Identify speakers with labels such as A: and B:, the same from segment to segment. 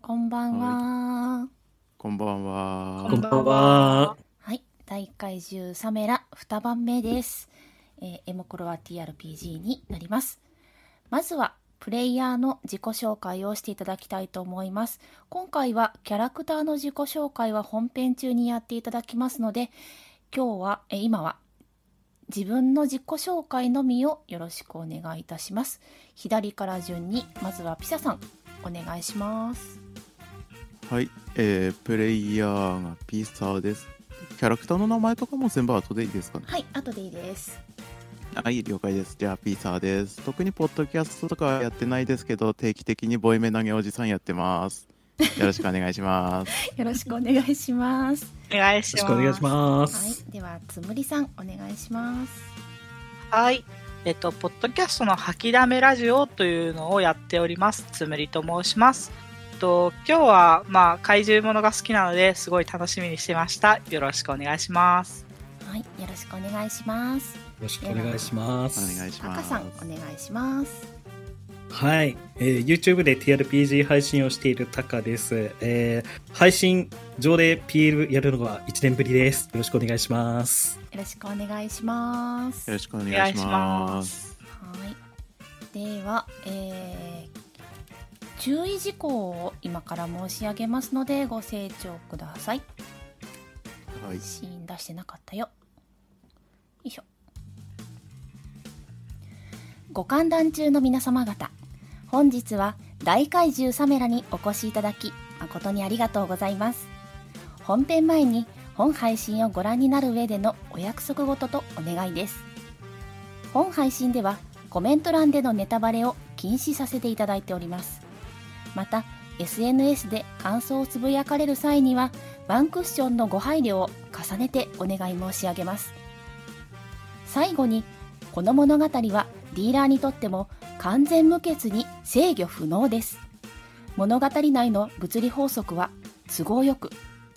A: こんばんは。
B: こんばんは。
C: こんばんは。
A: はい、大怪獣サメラ2番目です。えーエモコロは TRPG になります。まずは、プレイヤーの自己紹介をしていただきたいと思います。今回は、キャラクターの自己紹介は本編中にやっていただきますので、今日は、えー今は、自分の自己紹介のみをよろしくお願いいたします。左から順に、まずはピサさん、お願いします。
B: はい、えー、プレイヤーがピーサーです。キャラクターの名前とかも全部後でいいですかね。
A: はい、後でいいです。
B: はい、了解です。じゃあ、ピーサーです。特にポッドキャストとかやってないですけど、定期的にボイメ投げおじさんやってます。よろしくお願いします。
A: よろしくお願いします。
D: お願いし
C: よろし
D: ます。
C: くお願いしま
A: はい
C: す。、
A: ではつむりさんお願いします。
D: はい。えっと、ポッドキャストの吐きだめラジオというのをやっております。つむりと申します。えっと、今日は、まあ、怪獣ものが好きなので、すごい楽しみにしてました。よろしくお願いします。
A: はい、よろしくお願いします。
C: よろしくお願いしま
B: お
C: す。
B: 願いしま
A: 赤
B: す。
A: さんお願いします。
C: はい、えー YouTube で TRPG 配信をしているタカです。えー配信上で PL やるのは1年ぶりです。よろしくお願いします。
A: よろしくお願いします。
B: よろ
A: は
B: しくお願いします。
D: す。
A: い、では、えー注意事項を今から申し上げますのでご清聴ください。
B: はい、
A: シーン出してなかったよ。よいしょ。ご観覧中の皆様方、本日は大怪獣サメラにお越しいただき、誠にありがとうございます。本編前に本配信をご覧になる上でのお約束ごととお願いです。本配信ではコメント欄でのネタバレを禁止させていただいております。また、SNS で感想をつぶやかれる際には、ワンクッションのご配慮を重ねてお願い申し上げます最後にこの物語はディーラーにとっても完全無欠に制御不能です物語内の物理法則は都合よく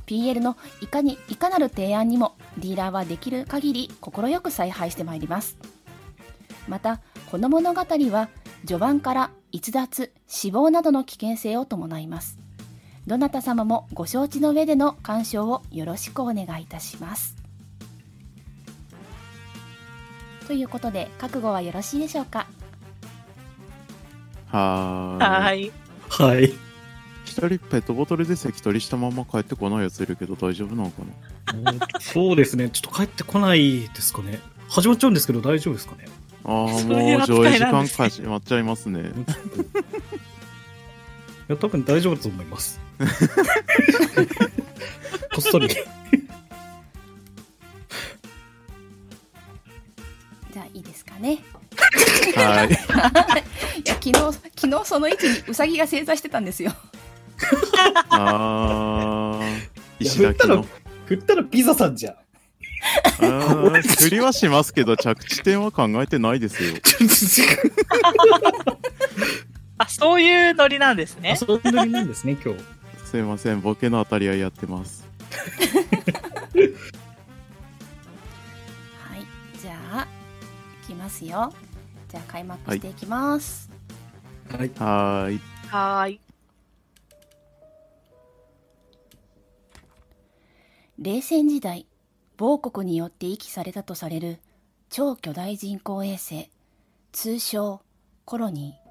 A: PL のいかにいかなる提案にもディーラーはできる限り快く采配してまいりますまたこの物語は序盤から逸脱死亡などの危険性を伴いますどなた様もご承知の上での鑑賞をよろしくお願いいたします。ということで覚悟はよろしいでしょうか
B: は
D: は
B: ーい。
D: い。
C: はい。
B: 一人ペットボトルで関取したまま帰ってこないやついるけど大丈夫なのかな
C: そうですね。ちょっと帰ってこないですかね。始まっちゃうんですけど大丈夫です かね。
B: ああ、もう
D: そういう
B: 上位時
D: 扱いなん
B: 間
D: ですね
B: 始まっちゃいます ね。
C: いや、多分大丈夫だと思います。 こっそり。
A: じゃあいいですかね。い
B: はい。
A: や 昨日昨日その位置にウサギが正座してたんですよ。
B: あー石垣の。
C: 振ったらピザさんじゃん。
B: あー振りはしますけど、着地点は考えてないですよ。
C: ちょっと違う。
D: あ、そういうノリなんですね
C: あ、。そういうノリなんですね、今日。
B: すいません、ボケの当たり合いやってます。
A: はい、じゃあいきますよ。じゃあ開幕していきます。
C: はい。
B: はーい。
D: はーい。
A: 冷戦時代某国によって遺棄されたとされる超巨大人工衛星通称コロニー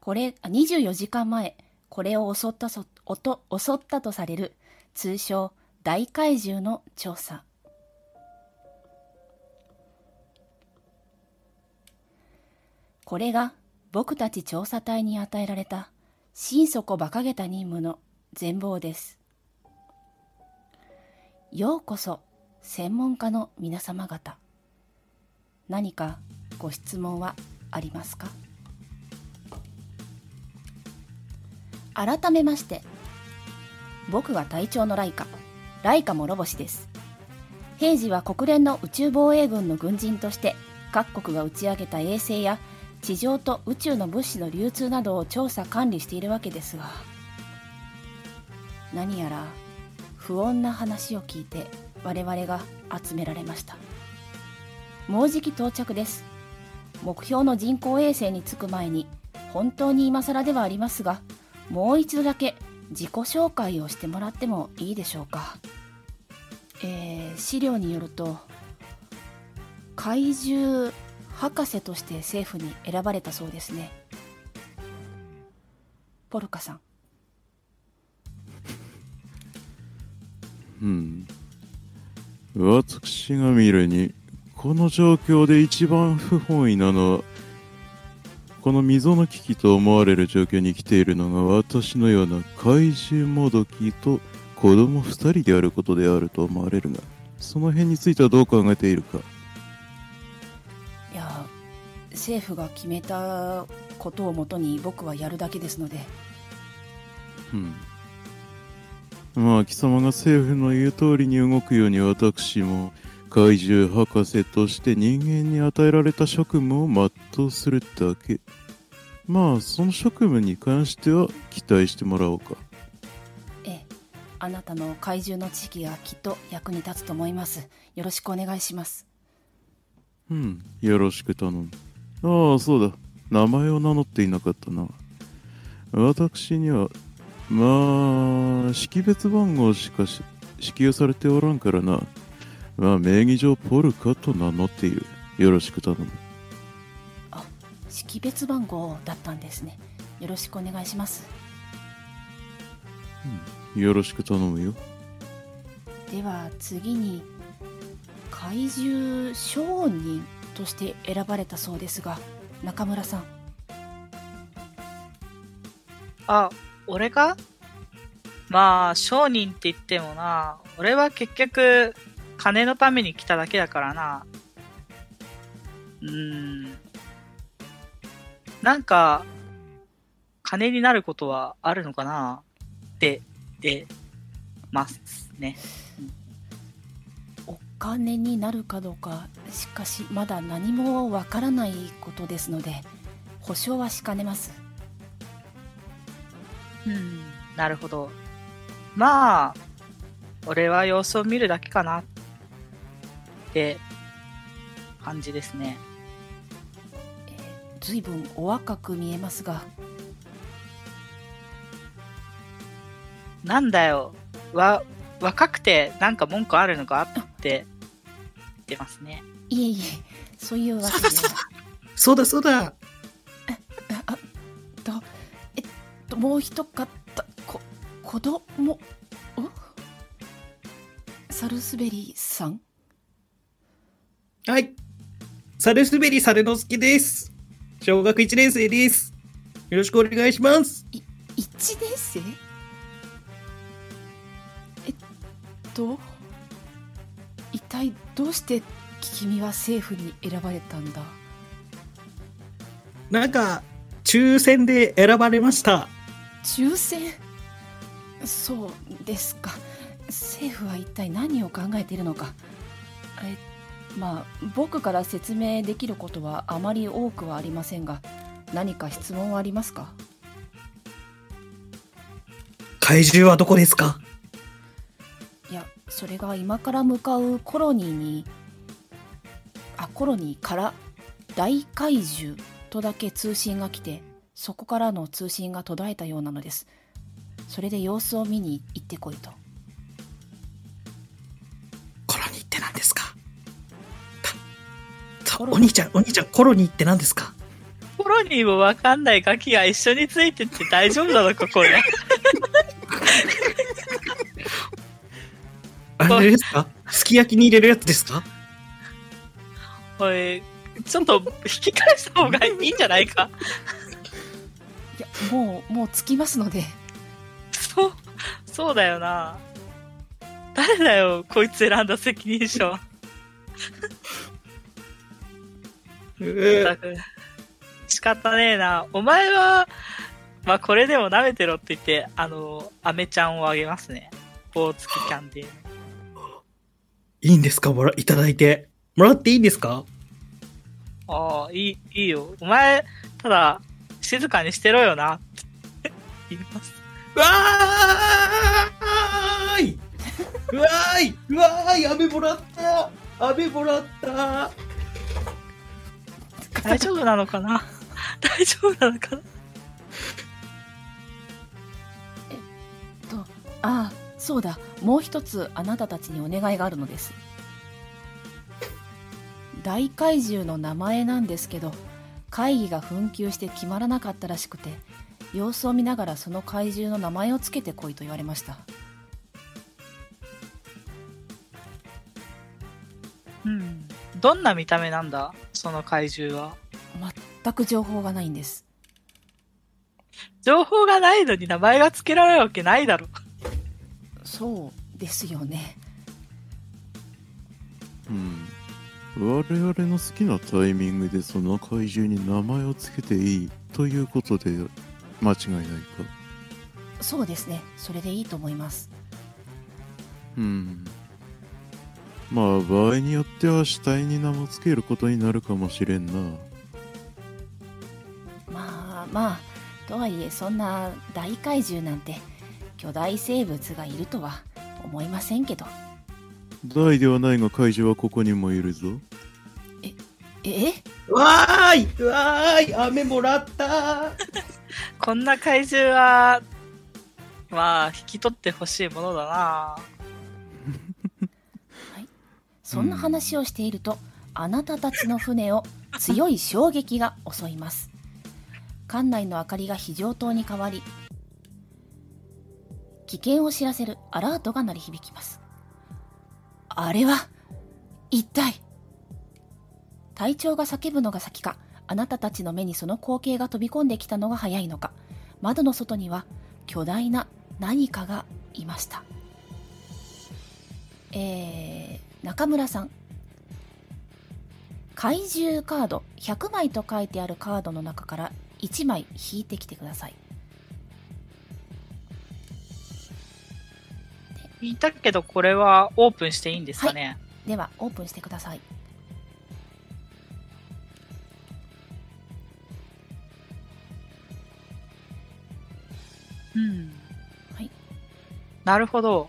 A: これあ24時間前これを襲ったそ音襲ったとされる通称大怪獣の調査これが僕たち調査隊に与えられた心底馬鹿げた任務の全貌です。ようこそ専門家の皆様方。何かご質問はありますか改めまして、僕は隊長のライカ、ライカ諸星です。平時は国連の宇宙防衛軍の軍人として各国が打ち上げた衛星や地上と宇宙の物資の流通などを調査管理しているわけですが何やら不穏な話を聞いて我々が集められましたもうじき到着です目標の人工衛星に着く前に本当に今更ではありますがもう一度だけ自己紹介をしてもらってもいいでしょうかえー資料によると怪獣博士として政府に選ばれたそうですねポルカさん
B: うん私が見るにこの状況で一番不本意なのはこの溝の危機と思われる状況に来ているのが私のような怪獣もどきと子供二人であることであると思われるがその辺についてはどう考えているか
A: いや政府が決めたことをもとに僕はやるだけですので
B: うんまあ貴様が政府の言う通りに動くように私も怪獣博士として人間に与えられた職務を全うするだけまあその職務に関しては期待してもらおうか
A: ええあなたの怪獣の知識がきっと役に立つと思いますよろしくお願いします
B: うんよろしく頼むああそうだ名前を名乗っていなかったな私にはまあ識別番号しかし支給されておらんからなまあ名義上ポルカと名乗っているよろしく頼む
A: 識別番号だったんですねよろしくお願いします
B: よろしく頼むよ
A: では次に怪獣商人として選ばれたそうですが中村さん
D: あ、俺かまあ、商人って言ってもな、俺は結局、金のために来ただけだからな。うーん。なんか、金になることはあるのかなって、で、ますね。
A: お金になるかどうかしかしまだ何もわからないことですので保証はしかねます
D: うん、なるほど。まあ、俺は様子を見るだけかなって感じですね。
A: 随分お若く見えますが
D: なんだよ、わ、若くてなんか文句あるのかって言ってますね。
A: いえいえそういうわけでは
C: そうだそうだ
A: あえっとえっともう一方こ子供おサルスベリーさん
C: はい。サルスベリサルノスケです。小学1年生です。よろしくお願いします。
A: 1年生えっと一体どうして君は政府に選ばれたんだ
C: なんか、抽選で選ばれました。
A: 抽選そうですか政府は一体何を考えているのかえまあ僕から説明できることはあまり多くはありませんが何か質問はありますか
C: 怪獣はどこですか
A: いやそれが今から向かうコロニーにあコロニーから大怪獣とだけ通信が来てそこからの通信が途絶えたようなのですそれで様子を見に行ってこいと
C: コロニーって何ですかた
A: コ
C: た
A: ロ
C: お兄ちゃん、お兄ちゃん、コロニーって何ですか
D: コロニーもわかんないガキが一緒についてって大丈夫な のか、これ。
C: あれですかすき焼きに入れるやつですか
D: おい、ちょっと引き返した方がいいんじゃないか。
A: いやもうもう着きますので
D: そう、そうだよな。誰だよ、こいつ選んだ責任者は。
C: う
D: った
C: ー
D: く仕方ねえな。お前は、まあ、これでも舐めてろって言って、あの、アメちゃんをあげますね。棒付きキャンディー。
C: いいんですかもら、いただいて。もらっていいんですか
D: ああ、いい、いいよ。お前、ただ、静かにしてろよな。 って言います。
C: わーいうわーいうわーい飴もらった飴もらった
D: 大丈夫なのかな 大丈夫なのかな
A: ああそうだもう一つあなたたちにお願いがあるのです大怪獣の名前なんですけど会議が紛糾して決まらなかったらしくて様子を見ながらその怪獣の名前をつけてこいと言われました
D: うん。どんな見た目なんだその怪獣は。
A: 全く情報がないんです
D: 情報がないのに名前が付けられるわけないだろ。
A: そうですよね
B: うん我々の好きなタイミングでその怪獣に名前を付けていいということで間違いないか
A: そうですねそれでいいと思います
B: うんまあ場合によっては死体に名も付けることになるかもしれんな
A: まあまあとはいえそんな大怪獣なんて巨大生物がいるとは思いませんけど
B: 大ではないが怪獣はここにもいるぞ
A: え
E: わーいわーい雨もらったー
D: こんな怪獣は、まあ、引き取ってほしいものだな。
A: そんな話をしていると、あなたたちの船を強い衝撃が襲います艦内の明かりが非常灯に変わり危険を知らせるアラートが鳴り響きますあれは一体隊長が叫ぶのが先かあなたたちの目にその光景が飛び込んできたのが早いのか窓の外には巨大な何かがいましたえー、中村さん怪獣カード100枚と書いてあるカードの中から1枚引いてきてください
D: 言ったけど、これはオープンしていいんですかね、
A: ではオープンしてください
D: うん。
A: はい。
D: なるほど。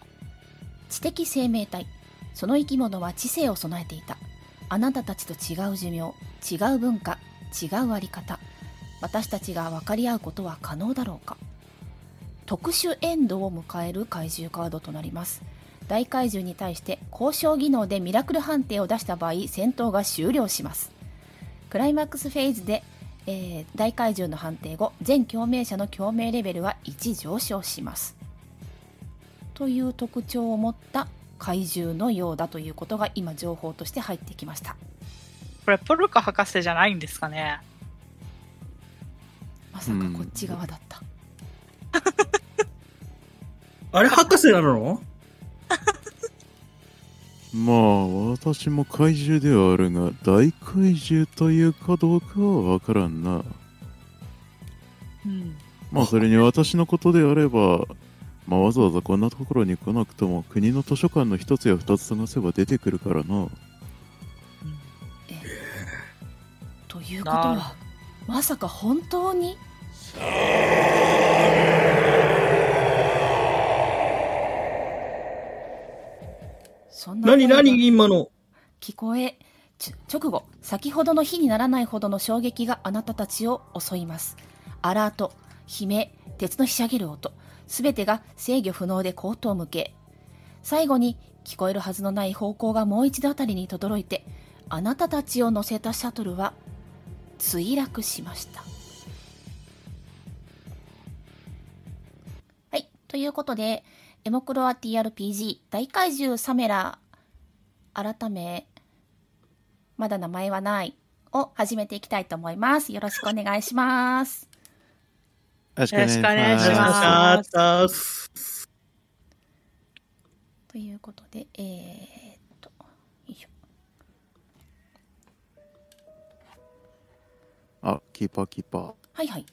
A: 知的生命体その生き物は知性を備えていたあなたたちと違う寿命違う文化違うあり方私たちが分かり合うことは可能だろうか特殊エンドを迎える怪獣カードとなります大怪獣に対して交渉技能でミラクル判定を出した場合戦闘が終了しますクライマックスフェーズで、えー大怪獣の判定後全共鳴者の共鳴レベルは1上昇しますという特徴を持った怪獣のようだということが今情報として入ってきました
D: これ、ポルカ博士じゃないんですかね
A: まさかこっち側だった、
E: あれ博士なの
B: まあ私も怪獣ではあるが大怪獣というかどうかは分からんな
D: うん。
B: まあそれに私のことであれば、まあ、わざわざこんなところに来なくとも国の図書館の一つや二つ探せば出てくるからな
A: ということはまさか本当にそんな
E: 何
A: 声が
E: 何今の
A: 聞こえちょ直後先ほどの火にならないほどの衝撃があなたたちを襲いますアラート悲鳴鉄のひしゃげる音すべてが制御不能で口頭向け最後に聞こえるはずのない方向がもう一度あたりに轟いてあなたたちを乗せたシャトルは墜落しましたはいということでエモクロア TRPG 大怪獣サメラ改め、まだ名前はないを始めていきたいと思います。よろしくお願いします。
B: よろし
D: くお願いしますよろしくお願いします
E: あーす
A: ということで、えー、っと、よいしょ。
B: あキーパーキーパー
A: はいはい。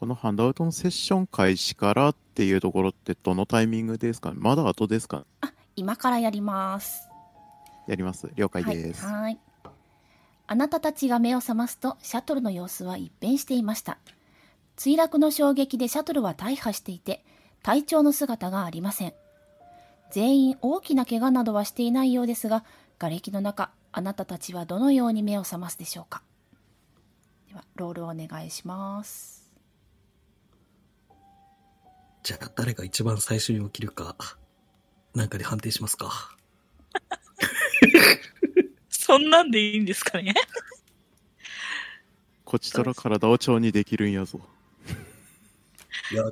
B: このハンドアウトのセッション開始からっていうところってどのタイミングですかまだ後ですか
A: 今からやります。
B: やります了解です、
A: はいはいあなたたちが目を覚ますとシャトルの様子は一変していました墜落の衝撃でシャトルは大破していて隊長の姿がありません全員大きな怪我などはしていないようですが瓦礫の中あなたたちはどのように目を覚ますでしょうかではロールお願いします
C: じゃあ、誰が一番最初に起きるか、なんかで判定しますか。
D: そんなんでいいんですかね
B: こちとら体を腸にできるんやぞ。
C: いや、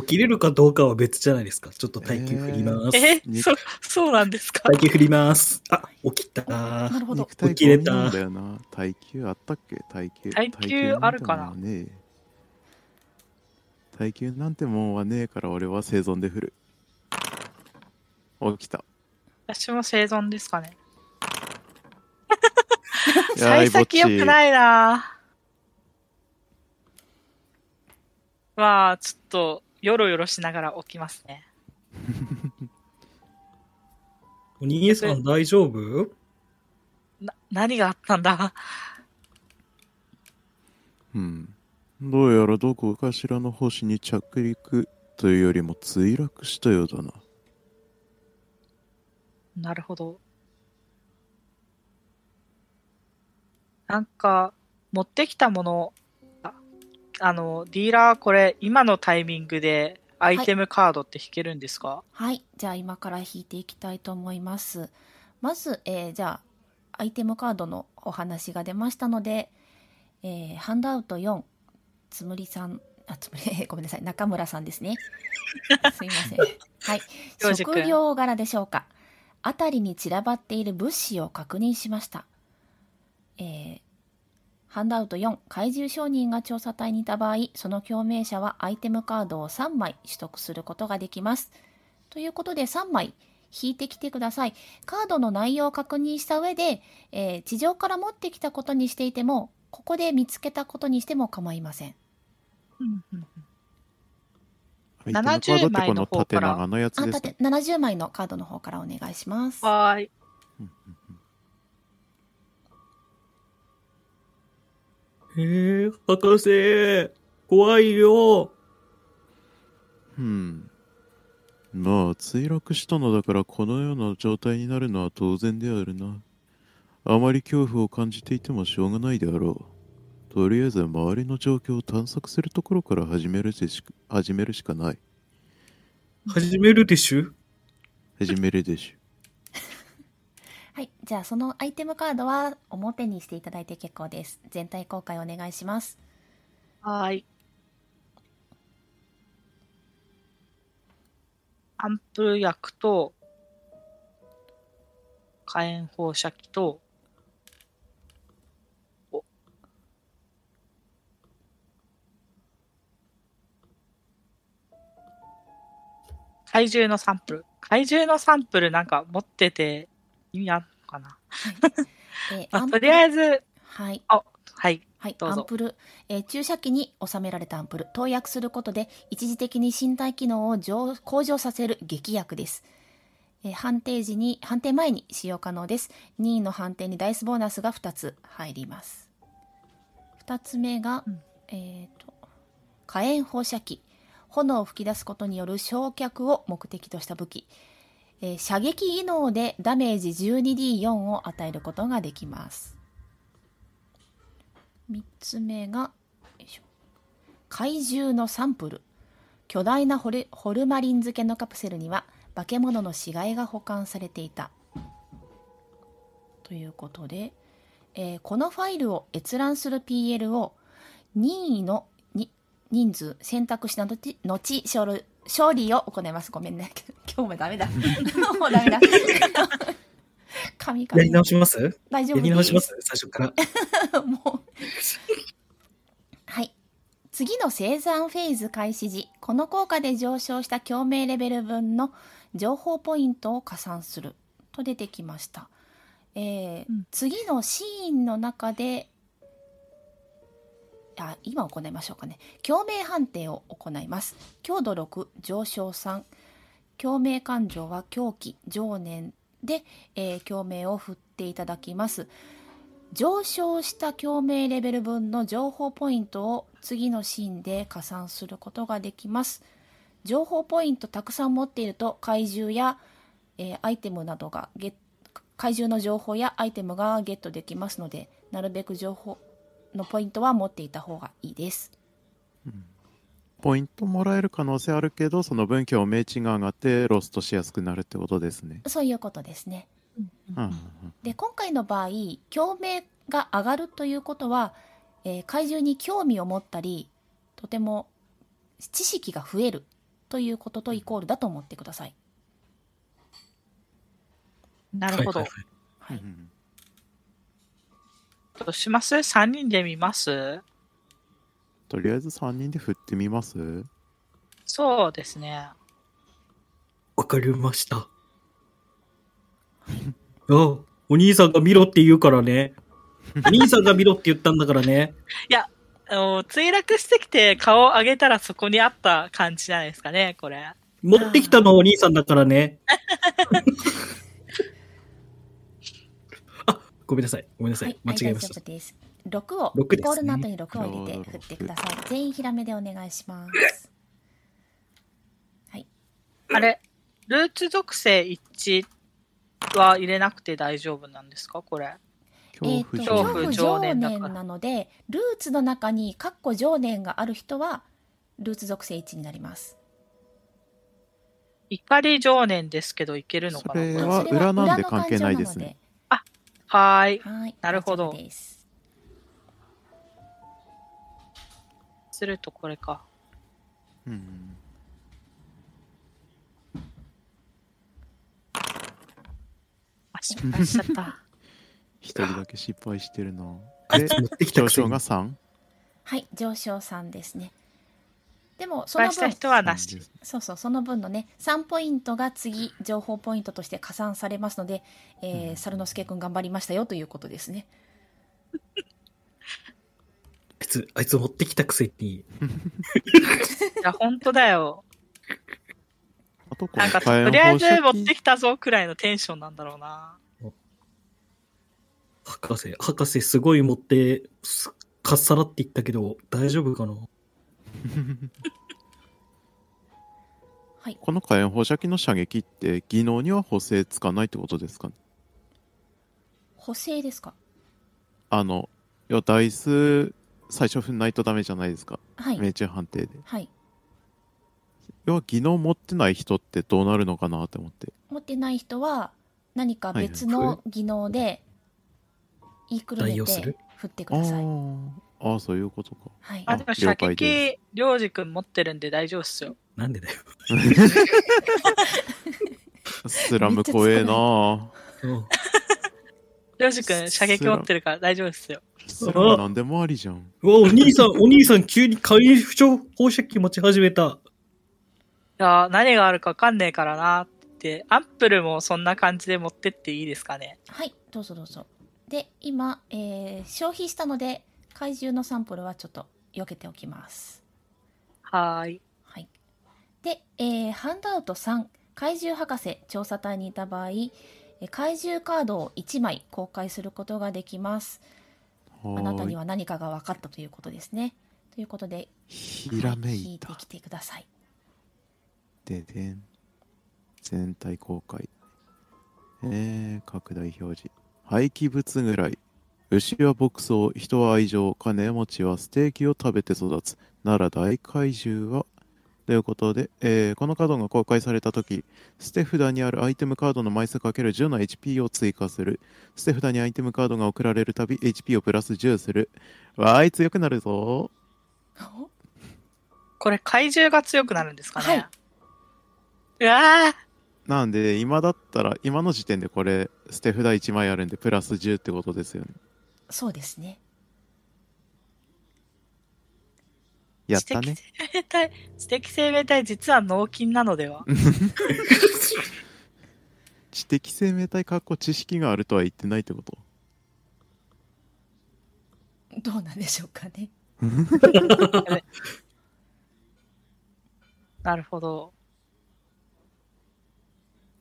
C: 起きれるかどうかは別じゃないですか。ちょっと耐久振ります。
D: え
B: に
D: そ、そうなんですか
C: 耐久振ります。あ、起きた。
A: なるほど
B: 肉体
C: 起きれた
B: 強いんだよな。耐久あったっけ耐久。
D: 耐久あるかな
B: 耐久んてもんはねえ耐久なんてもんはねえから俺は生存で振る。起きた。
D: 私も生存ですかね。
B: やー
D: 幸先良くないなまあ、ちょっと、よろよろしながら起きますね。
C: お兄さん大丈夫
D: な、何があったんだ
B: うん。どうやらどこかしらの星に着陸というよりも墜落したようだな。
D: なるほど。なんか、持ってきたもの、ああの、ディーラー、これ、今のタイミングで、アイテムカードって引けるんですか、
A: はいじゃあ今から引いていきたいと思いますまず、えーじゃあアイテムカードのお話が出ましたので、えーハンドアウト4つむりさんあつむり ごめんなさい中村さんです ねすいませんはい
D: ようじくん
A: 職業柄でしょうか辺りに散らばっている物資を確認しましたえーハンドアウト4怪獣商人が調査隊にいた場合その共鳴者はアイテムカードを3枚取得することができますということで3枚引いてきてくださいカードの内容を確認した上で、えー地上から持ってきたことにしていてもここで見つけたことにしても構いません
D: うんうん
B: アイテムカードってこ
D: 70枚の
B: の
D: 方
B: 縦
D: から
B: 長のやつ
A: あ
B: です
A: た
B: か
A: て70枚のカードの方からお願いしますは
D: はーい。
B: うんうんうん
C: へえ、博士、怖いよ。
B: うん。まあ、墜落したのだからこのような状態になるのは当然であるな。あまり恐怖を感じていてもしょうがないであろう。とりあえず周りの状況を探索するところから始めるでし始めるしかない。
C: 始めるでしゅ
B: 始めるでし
A: いじゃあそのアイテムカードは表にしていただいて結構です全体公開お願いします
D: はーい。アンプル薬と、火炎放射器と、お怪獣のサンプル。怪獣のサンプルなんか持ってて意味あるのかな、
A: えー
D: まあ、
A: アンプ
D: と
A: ル
D: りあえず、
A: はい
D: はい。
A: はい、
D: どう
A: ア
D: ぞ
A: ンプル、えー注射器に収められたアンプル投薬することで一時的に身体機能を上向上させる劇薬です、えー判定時に判定前に使用可能です2位の判定にダイスボーナスが2つ入ります2つ目が、
D: うん
A: えーと火炎放射器炎を吹き出すことによる焼却を目的とした武器、えー射撃技能でダメージ 12D4 を与えることができます3つ目がよいしょ怪獣のサンプル巨大なホルホルマリン漬けのカプセルには化け物の死骸が保管されていたということで、えーこのファイルを閲覧する PL を任意のに人数選択した後後勝利勝利を行いますごめんね 今日もダメだもうダメだ 神々
C: やり直しますや
A: 大丈夫です
C: り直します最初から。
A: もう。はい。次の生産フェーズ開始時、この効果で上昇した共鳴レベル分の情報ポイントを加算すると出てきました。えー
D: うん
A: 次のシーンの中で、あ、今行いましょうかね。共鳴判定を行います。強度6、上昇3。共鳴感情は狂気、情念で、えー共鳴を振っていただきます。上昇した共鳴レベル分の情報ポイントを次のシーンで加算することができます情報ポイントたくさん持っていると怪獣や、えーアイテムなどがゲッ怪獣の情報やアイテムがゲットできますのでなるべく情報のポイントは持っていた方がいいです。
B: ポイントもらえる可能性あるけど、その分今日命中が上がってロストしやすくなるってことですね。
A: そういうことですね。
B: うんうん
A: で、今回の場合、共鳴が上がるということは、えー怪獣に興味を持ったり、とても知識が増えるということとイコールだと思ってください。
D: なるほど。
C: はいはい
A: はい
B: うん
D: どうします ?3 人で見ます
B: とりあえず3人で振ってみます
D: そうですね。
E: わかりました。
C: はい あお兄さんが見ろって言うからね。お兄さんが見ろって言ったんだからね。
D: あの墜落してきて顔を上げたらそこにあった感じじゃないですかね、これ。
C: 持ってきたのはお兄さんだからね。 あ、ごめんなさい。ごめんなさい。間違えまし
A: 大
C: た
A: 丈。夫です。6を、
C: 六ですね
A: コールの後に6を入れて振ってください。全員ひらめでお願いします。
D: あれ、ルーツ属性一致は入れなくて大丈夫なんですか、これ。
A: えっ
B: 恐
A: と、恐怖
B: 怖情
D: 恐怖
B: 報
A: 常
D: 常
A: 念
D: 念だから
A: なので、ルーツの中に、カッコ常念がある人は、ルーツ属性1になります。
D: 怒り情念ですけど、いけるの
B: そ
D: かな、こ
B: れ
D: れ。
B: は
A: それは
B: 裏なんで関係ないですね
D: はーい。
A: 裏の感情なので。はい。
D: なるほど
A: 大丈夫です
D: するとこれか。
B: うん
D: あ、失敗しちゃった。
B: 一人だけ失敗してるな。
C: あ
B: で、
C: 持ってきた
B: 上
C: くせ
B: 昇
C: に
B: が。3。
A: はい、上昇さんですね。でも、
D: 失
A: その
D: 敗した
A: 分、
D: 人はなし。
A: そうそう、その分のね、3ポイントが次、情報ポイントとして加算されますので、え
B: う
A: ー、
B: ん
A: 猿之助くん頑張りましたよということですね。
C: 靴あいつ持ってきたくせに。
D: いや、本当だよ。
B: あとこ
D: なんか、
B: の
D: と
B: 火炎
D: りあえ
B: 放
D: ず
B: 射器
D: 持ってきたぞくらいのテンションなんだろうな。
C: 博士、博士すごい持って、すかっさらって言ったけど、大丈夫かな
A: はい。
B: この火炎放射器の射撃って技能には補正つかないってことですかね
A: 補正ですか
B: あのいやダイス最初踏んないとダメじゃないですか
A: はい。
B: 命中判定で
A: はい。
B: 要は技能持ってない人ってどうなるのかなって思って
A: 持ってない人は、何か別の技能で、言いくる
C: 代
A: め
C: 用す
A: て
C: る
A: 振ってく
B: あ
A: ださい。
B: あーあーそういうこと か
A: はい。
D: あ、でも射
B: 了解で
D: 撃、りょうじくん持ってるんで大丈夫っすよ。
C: なんでだよ。
B: スラム怖えな
C: うん
D: りょうじくん射撃持ってるから大丈夫っすよ。
B: スラムなんでもありじゃん
C: うわ、お兄 さん、お兄さん急に海上放射器持ち始めた。
D: いやー何があるか分かんねえからなって、アップルもそんな感じで持ってっていいですかね。
A: はい、どうぞどうぞ。で、今、えー消費したので、怪獣のサンプルはちょっと避けておきます。
D: はーい。
A: はい。で、えーハンドアウト3、怪獣博士調査隊にいた場合、えー怪獣カードを1枚公開することができます。あなたに
B: は
A: は何かが分かったということですね。ということで、
B: ーいひらめ
A: はい引
B: い
A: いて
B: た
A: きてください。
B: ででん全体公開えー、拡大表示廃棄物ぐらい牛は牧草人は愛情金持ちはステーキを食べて育つなら大怪獣はということで、えーこのカードが公開された時捨て札にあるアイテムカードの枚数 ×10 の HP を追加する捨て札にアイテムカードが送られるたび HP をプラス10するわーい強くなるぞ
D: これ怪獣が強くなるんですかね。
A: はいう
D: わ
B: なんで今だったら今の時点でこれ捨て札1枚あるんでプラス10ってことですよね
A: そうですね。
D: ー
B: やったね
D: 知的生命体、知的生命体実は脳筋なのでは。
B: 知的生命体かっこ知識があるとは言ってないってこと
A: どうなんでしょうかね。
D: なるほど。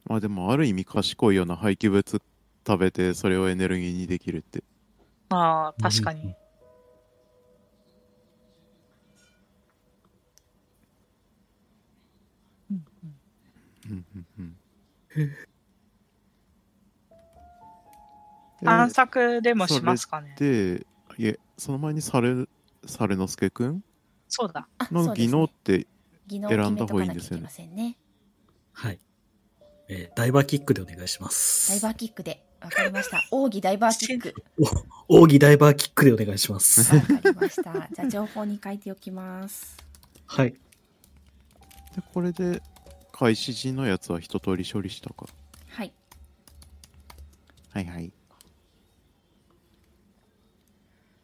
B: まあでもある意味賢いような廃棄物食べてそれをエネルギーにできるって
D: まあ、確かに。うんうん
B: うんうんうん
D: 探索でもしますかね。
B: でいえ、その前にされ、されのすけくん
D: そうだ。
A: あそ
B: の
A: うで
B: 技
A: す
B: 能っ
A: ね
B: て、
A: 技能を
B: 選ん
A: 決め
B: だ
A: と
B: 方が
A: か
B: いい
A: なんきゃい
B: です
A: け
B: よね
A: ませんね。
E: はい。えーダイバーキックでお願いしま
A: ダイ
E: す
A: バ。ーキックで。わかりました。奥義ダイバーキ ック。
E: 奥義ダイバーキックでお願いします。
A: わかりました。じゃあ情報に書いておきます。
E: はい。
B: でこれで、開始時のやつは一通り処理したか。
A: はい。
B: はいはい。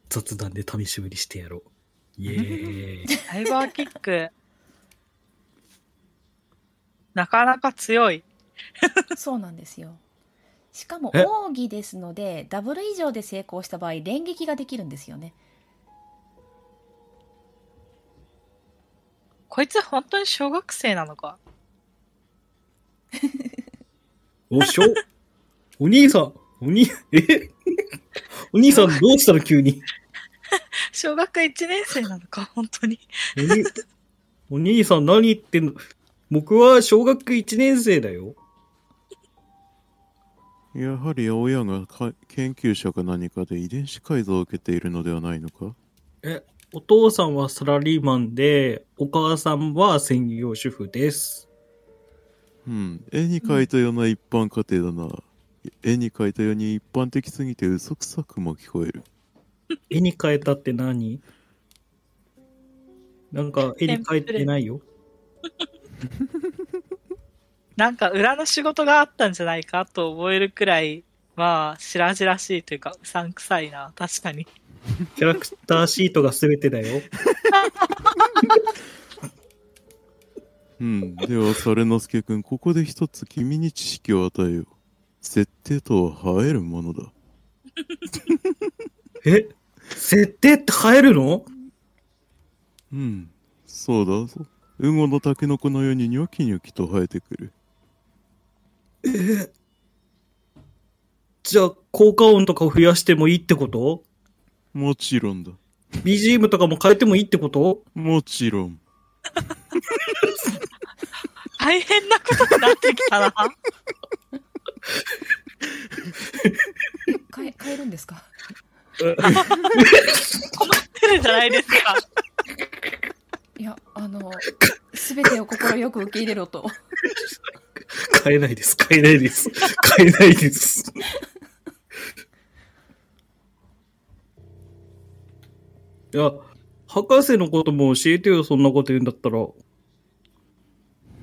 E: 雑談で試し売りしてやろう。イエーイ。
D: ダイバーキック。 なかなか強い。
A: そうなんですよ。しかも
E: え
A: 奥義ですので、ダブル以上で成功した場合、連撃ができるんですよね。
D: こいつ本当に小学生なのか。
E: おしょお兄さんおに、え お兄さんどうしたの急に
D: 小学1年生なのか、本当に。
E: おに お兄さん何言ってんの僕は小学1年生だよ。
B: やはり親がか研究者か何かで遺伝子改造を受けているのではないのか
E: お父さんはサラリーマンで、お母さんは専業主婦です。
B: うん、絵に描いたような一般家庭だな。絵に描いたように一般的すぎて嘘くさくも聞こえる。
E: 絵に変えたって何なんか絵に変えてないよ。
D: なんか裏の仕事があったんじゃないかと覚えるくらい、まあ、白々しいというか、うさんくさいな。確かに。
E: キャラクターシートが全てだよ。
B: うん、では、猿之助君、ここで一つ君に知識を与えよう。設定とは映えるものだ。
E: え設定って変えるの
B: うん、そうだぞ。ウゴのタケノコのようにニョキニョキと生えてくる。
E: じゃあ効果音とかを増やしてもいいってこと
B: もちろんだ。
E: BGM とかも変えてもいいってこと
B: もちろん。
D: 大変なことになってきたな。
A: 変え、変えるんですか
D: 困ってるじゃないですか。
A: いや、あの、すべてを心よく受け入れろ と。
E: 変えないです。変えないです。変えないです。いや、博士のことも教えてよ、そんなこと言うんだったら。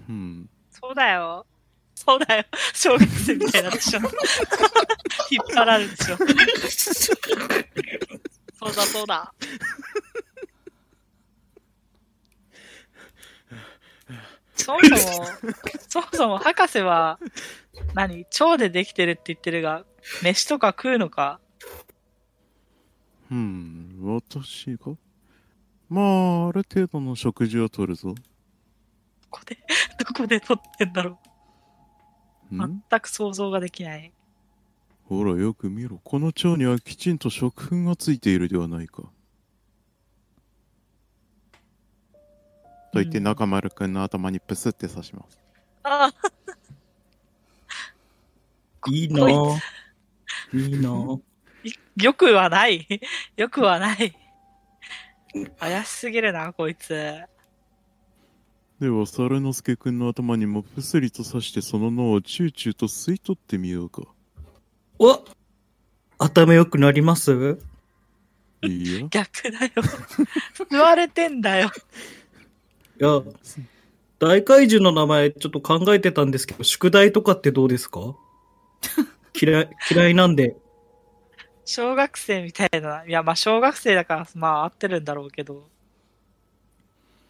B: うん、
D: そうだよ。そうだよ。小学生みたいなんでしょ。引っ張られるでしょ。そうだそうだ。そもそも、そもそも博士は、何腸でできてるって言ってるが、飯とか食うのか。
B: うん、私かまあ、ある程度の食事はとるぞ。
D: どこで、どこで取ってんだろ
B: う
D: う。
B: ん
D: 全く想像ができない。
B: ほらよく見ろ。この蝶にはきちんと食粉がついているではないか。と言って
D: うん
B: 中丸くんの頭にプスって刺します。
D: ああ、
E: いいなぁ。いいなぁ。
D: よくはない。 よくはない。怪しすぎるな、こいつ。。
B: では、猿之助くんの頭にもプスリと刺してその脳をチューチューと吸い取ってみようか。
E: お頭良くなります
B: いいや
D: 逆だよ。吸われてんだよ。
E: いや、大怪獣の名前ちょっと考えてたんですけど、宿題とかってどうですか嫌い、嫌いなんで。
D: 小学生みたいな。いや、まあ、小学生だから、まあ、合ってるんだろうけど。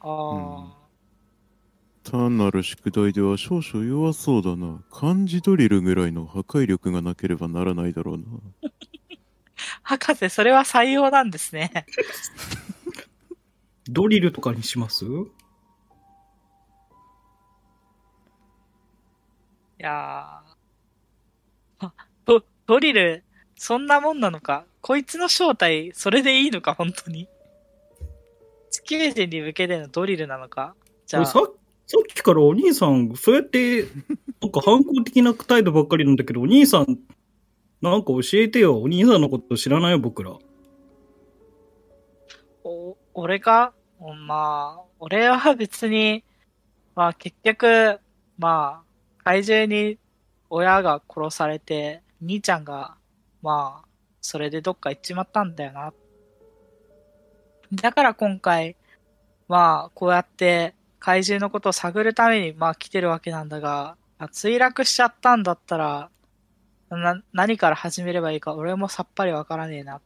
D: ああ、
B: うん単なる宿題では少々弱そうだな。漢字ドリルぐらいの破壊力がなければならないだろうな。
D: 博士、それは採用なんですね。
E: ドリルとかにします
D: いやーあ、ドドリル、そんなもんなのか。こいつの正体、それでいいのか、本当に。地球人に向けてのドリルなのか。じゃ
E: 俺さ
D: あ、
E: さっきからお兄さん、そうや って、なんか反抗的な態度ばっかりなんだけど、お兄さん、なんか教えてよ。お兄さんのこと知らないよ、僕ら。
D: 俺が、まあ、俺は別に、まあ結局、まあ、怪獣に親が殺されて、兄ちゃんが、まあ、それでどっか行っちまったんだよな。だから今回、まあ、こうやって怪獣のことを探るために、まあ来てるわけなんだが、あ墜落しちゃったんだったら、な、何から始めればいいか、俺もさっぱりわからねえな。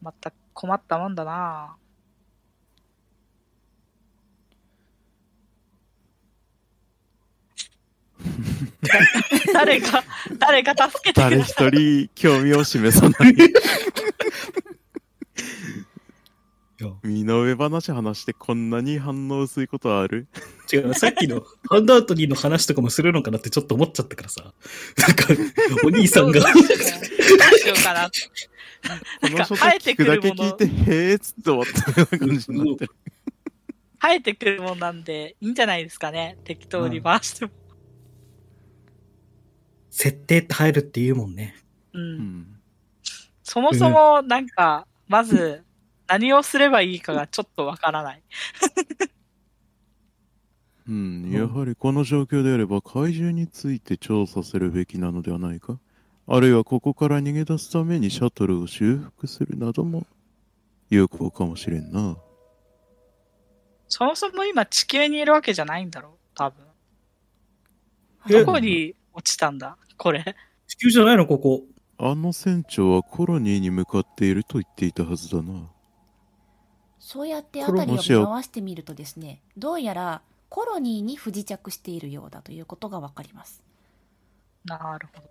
D: また困ったもんだなぁ誰か、誰か助けてく
B: 誰
D: だ
B: 一
D: さい。
B: 人興味を示さない。
C: いや
B: 身の上話話してこんなに反応薄いことある
C: 違うな、さっ きのハンドアウトにの話とかもするのかなってちょっと思っちゃったからさ。なんか、お兄さんが
D: どう、どうしようかな。
B: この書と聞くだけ聞いて、へえっつって終わったような感じになってる。
D: 生えてくるもんなんで、いいんじゃないですかね。適当に回しても。
C: 設定って入るって言うもんね。
D: うん。
B: うん
D: そもそも、なんか、ま ず、何をすればいいかがちょっとわからない。
B: うん、やはりこの状況であれば怪獣について調査するべきなのではないかあるいはここから逃げ出すためにシャトルを修復するなども有効かもしれんな。
D: そもそも今地球にいるわけじゃないんだろう多分。
C: え
D: どこに落ちたんだこれ。
C: 地球じゃないの、ここ。
B: あの船長はコロニーに向かっていると言っていたはずだな。
A: そうやって辺りを回してみるとですねどうやらコロニーに不時着しているようだということがわかります
D: なるほど。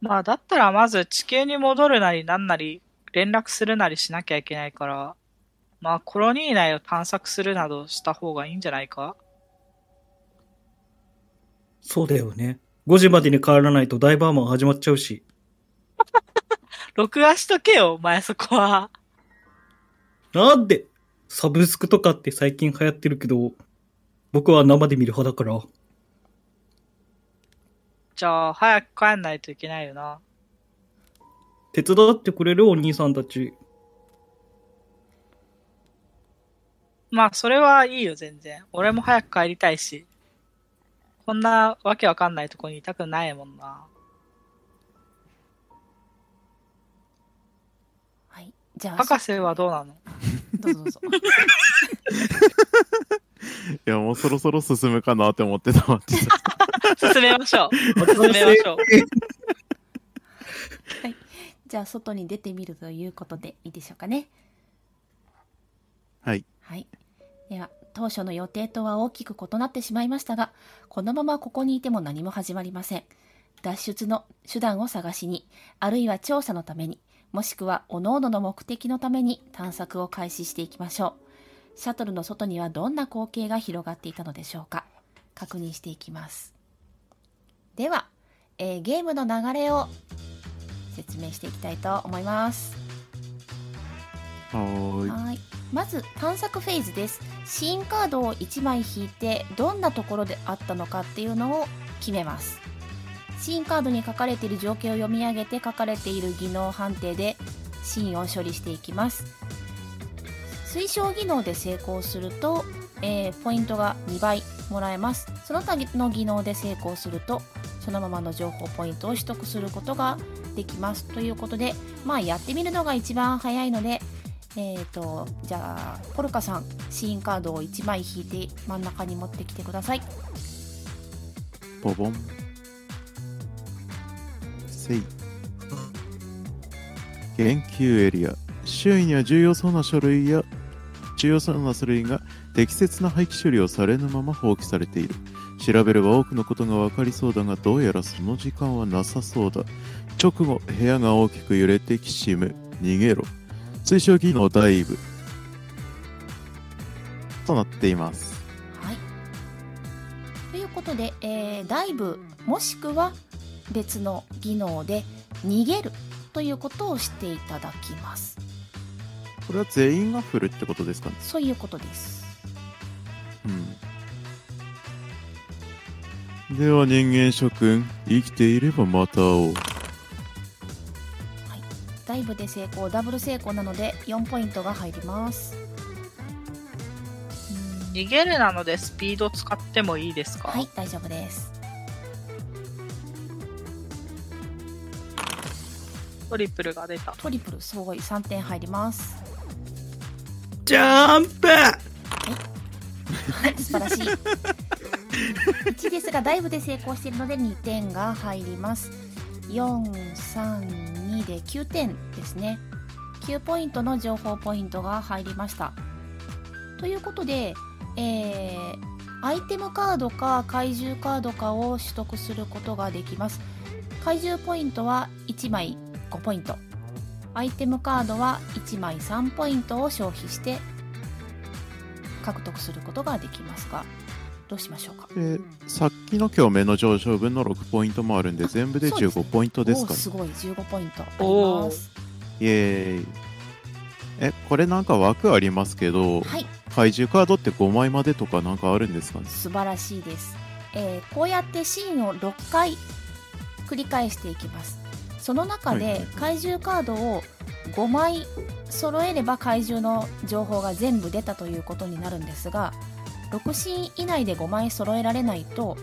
D: まあ、だったらまず地球に戻るなりなんなり、連絡するなりしなきゃいけないから、まあ、コロニー内を探索するなどした方がいいんじゃないか
C: そうだよね。5時までに帰らないとダイバーマン始まっちゃうし。
D: 録画しとけよ、お前そこは。
C: なんでサブスクとかって最近流行ってるけど、僕は生で見る派だから。
D: じゃあ、早く帰んないといけないよな。
C: 手伝ってくれるお兄さんたち。
D: まあ、それはいいよ、全然。俺も早く帰りたいし。こんなわけわかんないとこにいたくないもんな。
A: はいじゃあ
D: 博士はどうなの
A: どうぞどう ぞ
B: いや、もうそろそろ進むかなって思ってたわ。
D: 進めましょう。進めましょう。
A: じゃあ外に出てみるということでいいでしょうかね
B: はい。
A: はいでは当初の予定とは大きく異なってしまいましたがこのままここにいても何も始まりません脱出の手段を探しにあるいは調査のためにもしくは各々の目的のために探索を開始していきましょうシャトルの外にはどんな光景が広がっていたのでしょうか確認していきますでは、えーゲームの流れを説明していきたいと思います
B: はーい。
A: はいまず探索フェーズですシーンカードを1枚引いてどんなところであったのかっていうのを決めますシーンカードに書かれている情景を読み上げて書かれている技能判定でシーンを処理していきます推奨技能で成功すると、えーポイントが2倍もらえますその他の技能で成功するとそのままの情報ポイントを取得することができますということでまあやってみるのが一番早いのでえー、とじゃあコルカさんシーンカードを1枚引いて真ん中に持ってきてください
B: ポボン。せい。研究エリア。周囲には重要そうな書類や、重要そうな書類が適切な廃棄処理をされぬまま放棄されている。調べれば多くのことがわかりそうだが、どうやらその時間はなさそうだ。直後、部屋が大きく揺れてきしむ。逃げろ。推奨技能ダイブ。となっています。
A: はいということで、えーダイブもしくは別の技能で逃げるということをしていただきます
B: これは全員が振るってことですかね。
A: そういうことです
B: うんでは人間諸君、生きていればまた会おう。
A: ダイブで成功ダブル成功なので4ポイントが入ります
D: うん逃げるなのでスピード使ってもいいですか
A: はい大丈夫です
D: トリプルが出た
A: トリプルすごい3点入ります
E: ジャンプ
A: はい素晴らしい1ですがダイブで成功しているので2点が入ります432で9点ですね9ポイントの情報ポイントが入りましたということで、えーアイテムカードか怪獣カードかを取得することができます怪獣ポイントは1枚5ポイントアイテムカードは1枚3ポイントを消費して獲得することができますがどうしましょうか
B: で、さっきの共鳴の上昇分の6ポイントもあるんで、全部で
A: そうですね
B: 15ポイントです
A: おー
B: かね。
A: すごい15ポイントあり
D: おー
A: ます
B: イエーイ。え、これなんか枠ありますけど、
A: はい
B: 怪獣カードって5枚までとかなんかあるんですかね
A: 素晴らしいです、えーこうやってシーンを6回繰り返していきますその中
B: はいはい
A: で
B: はい
A: 怪獣カードを5枚揃えれば怪獣の情報が全部出たということになるんですが6シーン以内で5枚揃えられないと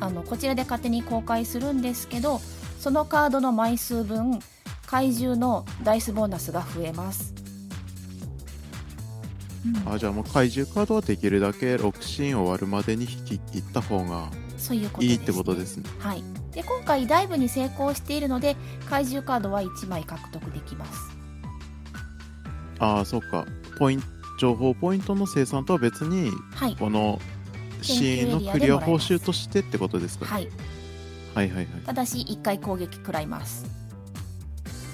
A: あのこちらで勝手に公開するんですけどそのカードの枚数分怪獣のダイスボーナスが増えます
B: あ、じゃあもう怪獣カードはできるだけ6シーン終わるまでに引き切った方が
A: そういうことです、
B: い
A: ね、
B: いってことですね。
A: はい、で今回ダイブに成功しているので怪獣カードは1枚獲得できます
B: ああ、そっか。ポイント、情報ポイントの生産とは別に、
A: はい、
B: このシーンのクリア報酬としてってことですかね。
A: はい、
B: はいはいはい。
A: ただし1回攻撃食らいます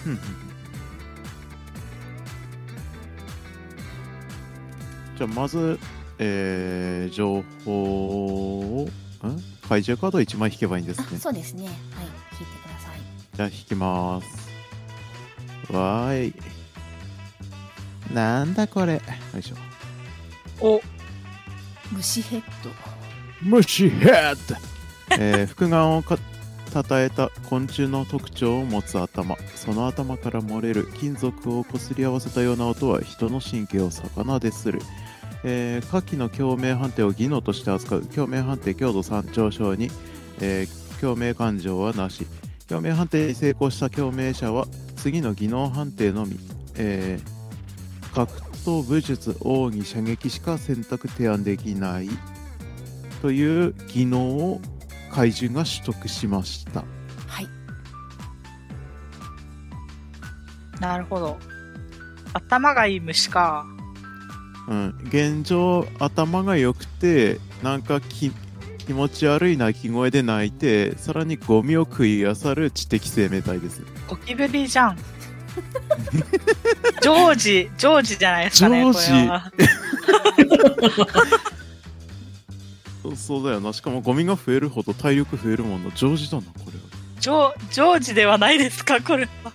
B: うんうんじゃあまず、えー情報をん怪獣カード1枚引けばいいんです
A: あ
B: ね
A: そうですねはい引いてください
B: じゃあ引きますわーいなんだこれよいしょ
D: お
A: 虫ヘッド
B: 虫ヘッド、えー、複眼をかたたえた昆虫の特徴を持つ頭その頭から漏れる金属をこすり合わせたような音は人の神経を魚でする、えー、下記の共鳴判定を技能として扱う共鳴判定強度3上昇に、えー共鳴感情はなし共鳴判定に成功した共鳴者は次の技能判定のみ、えー格闘武術奥義射撃しか選択提案できないという技能を怪獣が取得しました
A: はい
D: なるほど頭がいい虫か
B: うん、現状頭が良くてなんかき気持ち悪い鳴き声で鳴いてさらにゴミを食い漁る知的生命体です
D: ゴキブリ じゃんジョージジョージじゃないですかね
B: ジョー
D: こ
B: ジ
D: れは
B: そうそうだよなしかもゴミが増えるほど体力増えるもんな常時だなこれは
D: ジョジョージではないですかこれは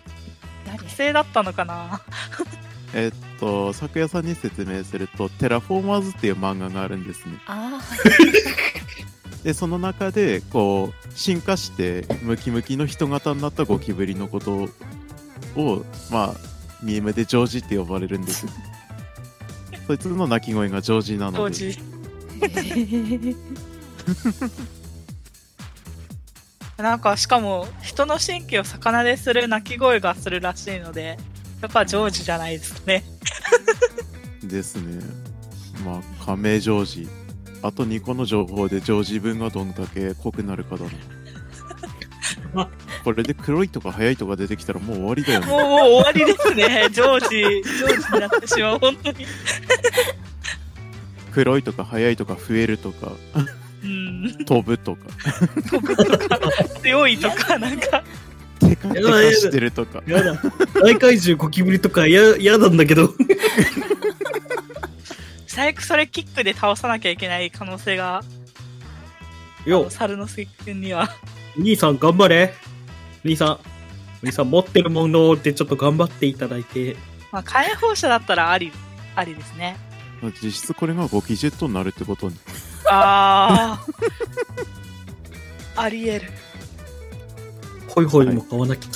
A: 誰
D: 規制だったのかな
B: えっと作家さんに説明すると「テラフォーマーズ」っていう漫画があるんですね
A: あ
B: でその中でこう進化してムキムキの人型になったゴキブリのことをまあミームでジョージって呼ばれるん ですよそいつの鳴き声がジョージな
D: ジ
B: の
D: ョー
B: で
A: ー
D: ジ なんかしかも人の神経を魚でする鳴き声がするらしいのでやっぱジョージじゃないですかね
B: ですねまあ仮名ジョージあと2個の情報でジョージ分がどんだけ濃くなるかだな これで黒いとか早いとか出てきたらもう終わりだよ
D: も
B: ね
D: うもう終わりですねジョージジョージになってしまう本当に
B: 黒いとか早いとか増えるとか
D: うん
B: 飛ぶとか
D: 強いとかなんか
B: テカテカしてると か
E: やだ。大怪獣ゴキブリとかや、やだんだけど。
D: 最悪それキックで倒さなきゃいけない可能性が
E: よう、
D: 猿之助君には
E: 兄さん頑張れ。兄さん。兄さん持ってるものってちょっと頑張っていただいて。
D: まあ解放者だったらありありですね
B: 実質これがゴキジェットになるってことね
D: ああ ありえる。
E: ホイホイも買わなきゃ。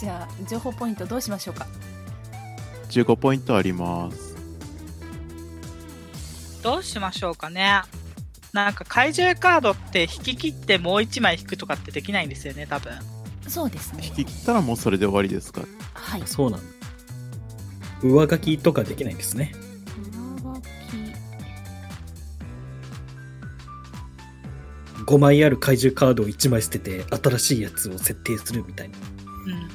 A: じゃあ情報ポイントどうしましょうか
B: 15ポイントあります。
D: どうしましょうかね。なんか怪獣カードって引き切ってもう一枚引くとかってできないんですよね、多分。
A: そうですね
B: 引き切ったらもうそれで終わりですから。
A: はい
E: そうなんだ。上書きとかできないんですね。
A: 上書き
E: 5枚ある怪獣カードを1枚捨てて、新しいやつを設定するみたいな。
D: うんうん。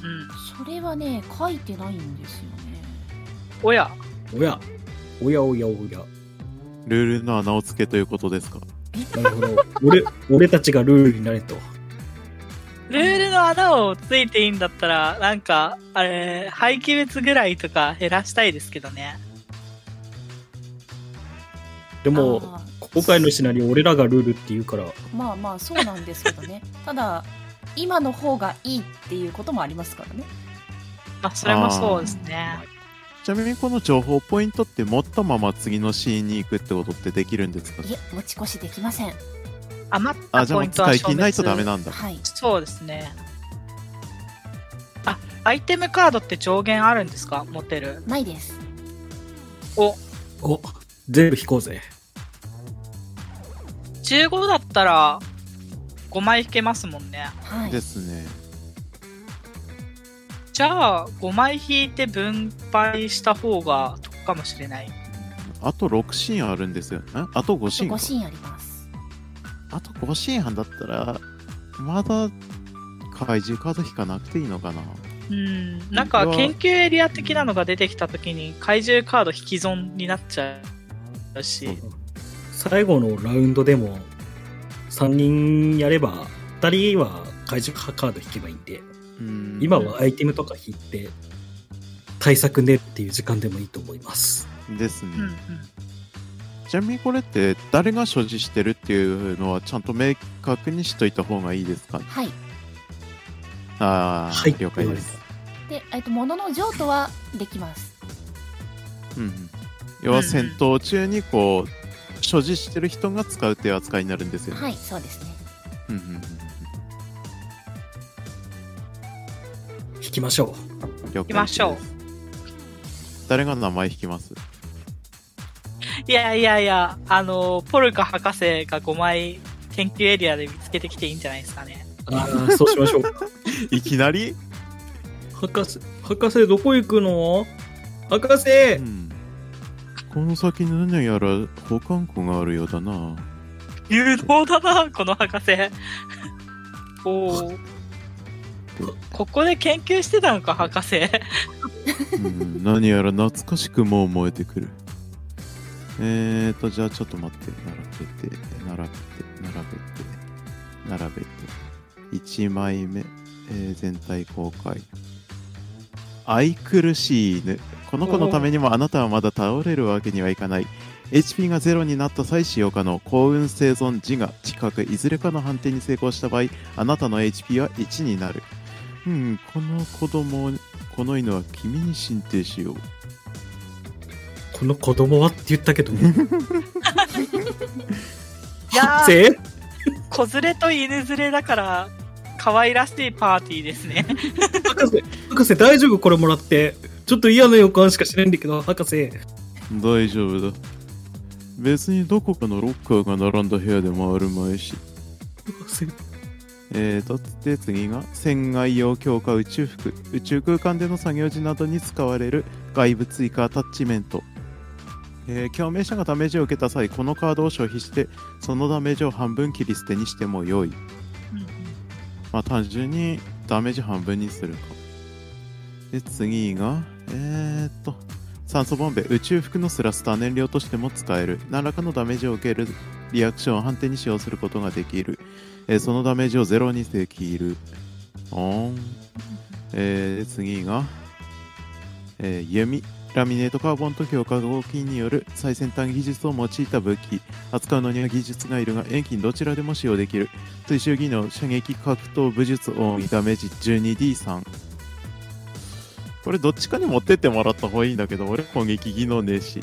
A: それはね書いてないんですよね
D: おや、
E: おやおやおやおや。
B: ルールの穴をつけということですか。
E: なるほど。 俺、俺たちがルールになれと。
D: ルールの穴をついていいんだったら、なんか、あれ、廃棄物ぐらいとか減らしたいですけどね。
E: でも、
A: あ
E: 今回のシナリオ、俺らがルールって言うから、
A: ーまあまあそうなんですけどねただ今の方がいいっていうこともありますからね
D: まあ、それもそうですね。
B: ちなみにこの情報ポイントって持ったまま次のシーンに行くってことってできるんですか
A: いえ持ち越しできません
D: 余っ
B: あ、
D: た
B: じゃあ
D: ポ
B: も
D: イ
B: う
D: ントは
B: 使い
D: 消
B: 切んないとダメ
D: 滅
B: なんだ。
A: はい
D: そうですね。あ、アイテムカードって上限あるんですか持てる。
A: ないです
D: お、
E: お、全部引こうぜ。
D: 15だったら5枚引けますもんね。
A: はい
B: ですね。
D: じゃあ5枚引いて分配した方が得かもしれない。
B: あと6シーンあるんですよね。ああと5シーンか
A: 5シーンあります
B: あと5シーン半だったら、まだ怪獣カード引かなくていいのかな。
D: うん。なんか
B: うわ
D: 研究エリア的なのが出てきた時に怪獣カード引き損になっちゃうし。
E: 最後のラウンドでも、3人やれば、2人は怪獣カード引けばいいんで、
B: うん
E: 今はアイテムとか引いて、対策ねっていう時間でもいいと思います。
B: ですね、
D: うんうん。
B: ちなみにこれって誰が所持してるっていうのはちゃんと明確にしといた方がいいですかね
A: はい
B: ああ、
E: はい
B: 了解です。
A: で、えっと、物の譲渡はできます
B: うんうん、要は戦闘中にこう、所持してる人が使うっていう扱いになるんですよね。
A: はいそうですね
B: うんうんうん
E: 引きましょ
B: うん了解です
D: きましょう
B: 誰が名前引きます
D: いやいやいや、あの、ポルカ博士が5枚研究エリアで見つけてきていいんじゃないですかね。
E: う。ああ、そうしましょう。
B: いきなり、
E: 博士、博士どこ行くの博士、
B: うん、この先に何やら保管庫があるようだな。
D: 誘導だな、この博 士。おお。ここで研究してたのか、博士。
B: うん、何やら懐かしくも思えてくる。えーと、じゃあちょっと待って、並べて、並べて、並べて、並べて。1枚目、えー全体公開。愛くるしい犬。この子のためにもあなたはまだ倒れるわけにはいかない。HP が0になった際使用可能幸運生存自我知覚いずれかの判定に成功した場合あなたの HP は1になるうんこの子供をこの犬は君に進呈しよう
E: この子供はって言った けど、
D: いや
E: 博士
D: ー、 子連れと犬連れだから、可愛らしいパーティーです ね。
E: 博士、博士大丈夫これもらって。ちょっと嫌な予感しかしないんだけど、博士。
B: 大丈夫だ別にどこかのロッカーが並んだ部屋でもあるまいし
E: 博士、
B: えーとで次が船外用強化宇宙服宇宙空間での作業時などに使われる外部追加アタッチメント、えー共鳴者がダメージを受けた際このカードを消費してそのダメージを半分切り捨てにしても良いまあ単純にダメージ半分にするかで次がえー、っと酸素ボンベ宇宙服のスラスター燃料としても使える何らかのダメージを受けるリアクションを判定に使用することができるえーそのダメージをゼロにできる。おん。えー次が、えー弓。ラミネートカーボンと強化合金による最先端技術を用いた武器。扱うのには技術がいるが、遠近どちらでも使用できる。追収技能、射撃、格闘、武術、オン、ダメージ 12D3。これどっちかに持ってってもらった方がいいんだけど、俺攻撃技能ねえし。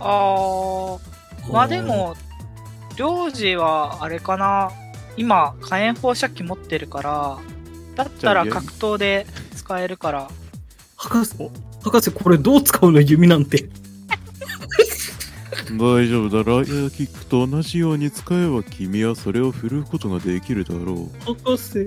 D: あー、まあでも、領事はあれかな今火炎放射器持ってるからだったら
B: じゃあ
D: 格闘で使えるから
E: 博士、博士、これどう使うの弓なんて。
B: 大丈夫だライアーキックと同じように使えば君はそれを振るうことができるだろう
E: 博士。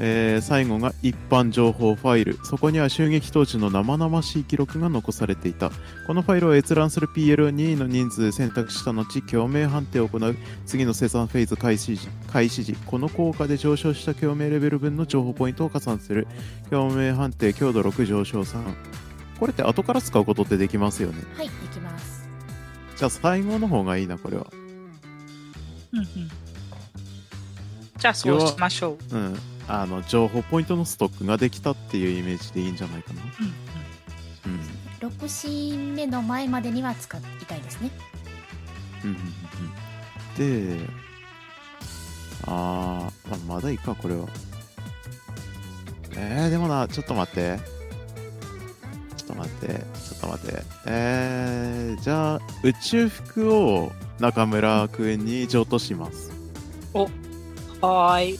B: えー最後が一般情報ファイルそこには襲撃当時の生々しい記録が残されていたこのファイルを閲覧する PL2 の人数で選択した後共鳴判定を行う次の生産フェーズ開始時開始時この効果で上昇した共鳴レベル分の情報ポイントを加算する共鳴判定強度6上昇3これって後から使うことってできますよね
A: はいできます
B: じゃあ最後の方がいいなこれは
D: うんうんじゃあそうしましょう
B: うんあの情報ポイントのストックができたっていうイメージでいいんじゃないかな
D: うんうん
B: うん
A: 6シーン目の前までには使いたいですね
B: うんうんうんうんで、あー、まあ、まだいいか、これは。えー、でもな、ちょっと待って。ちょっと待って、ちょっと待って。えー、じゃあ、宇宙服を中村くんに譲渡します。
D: はーい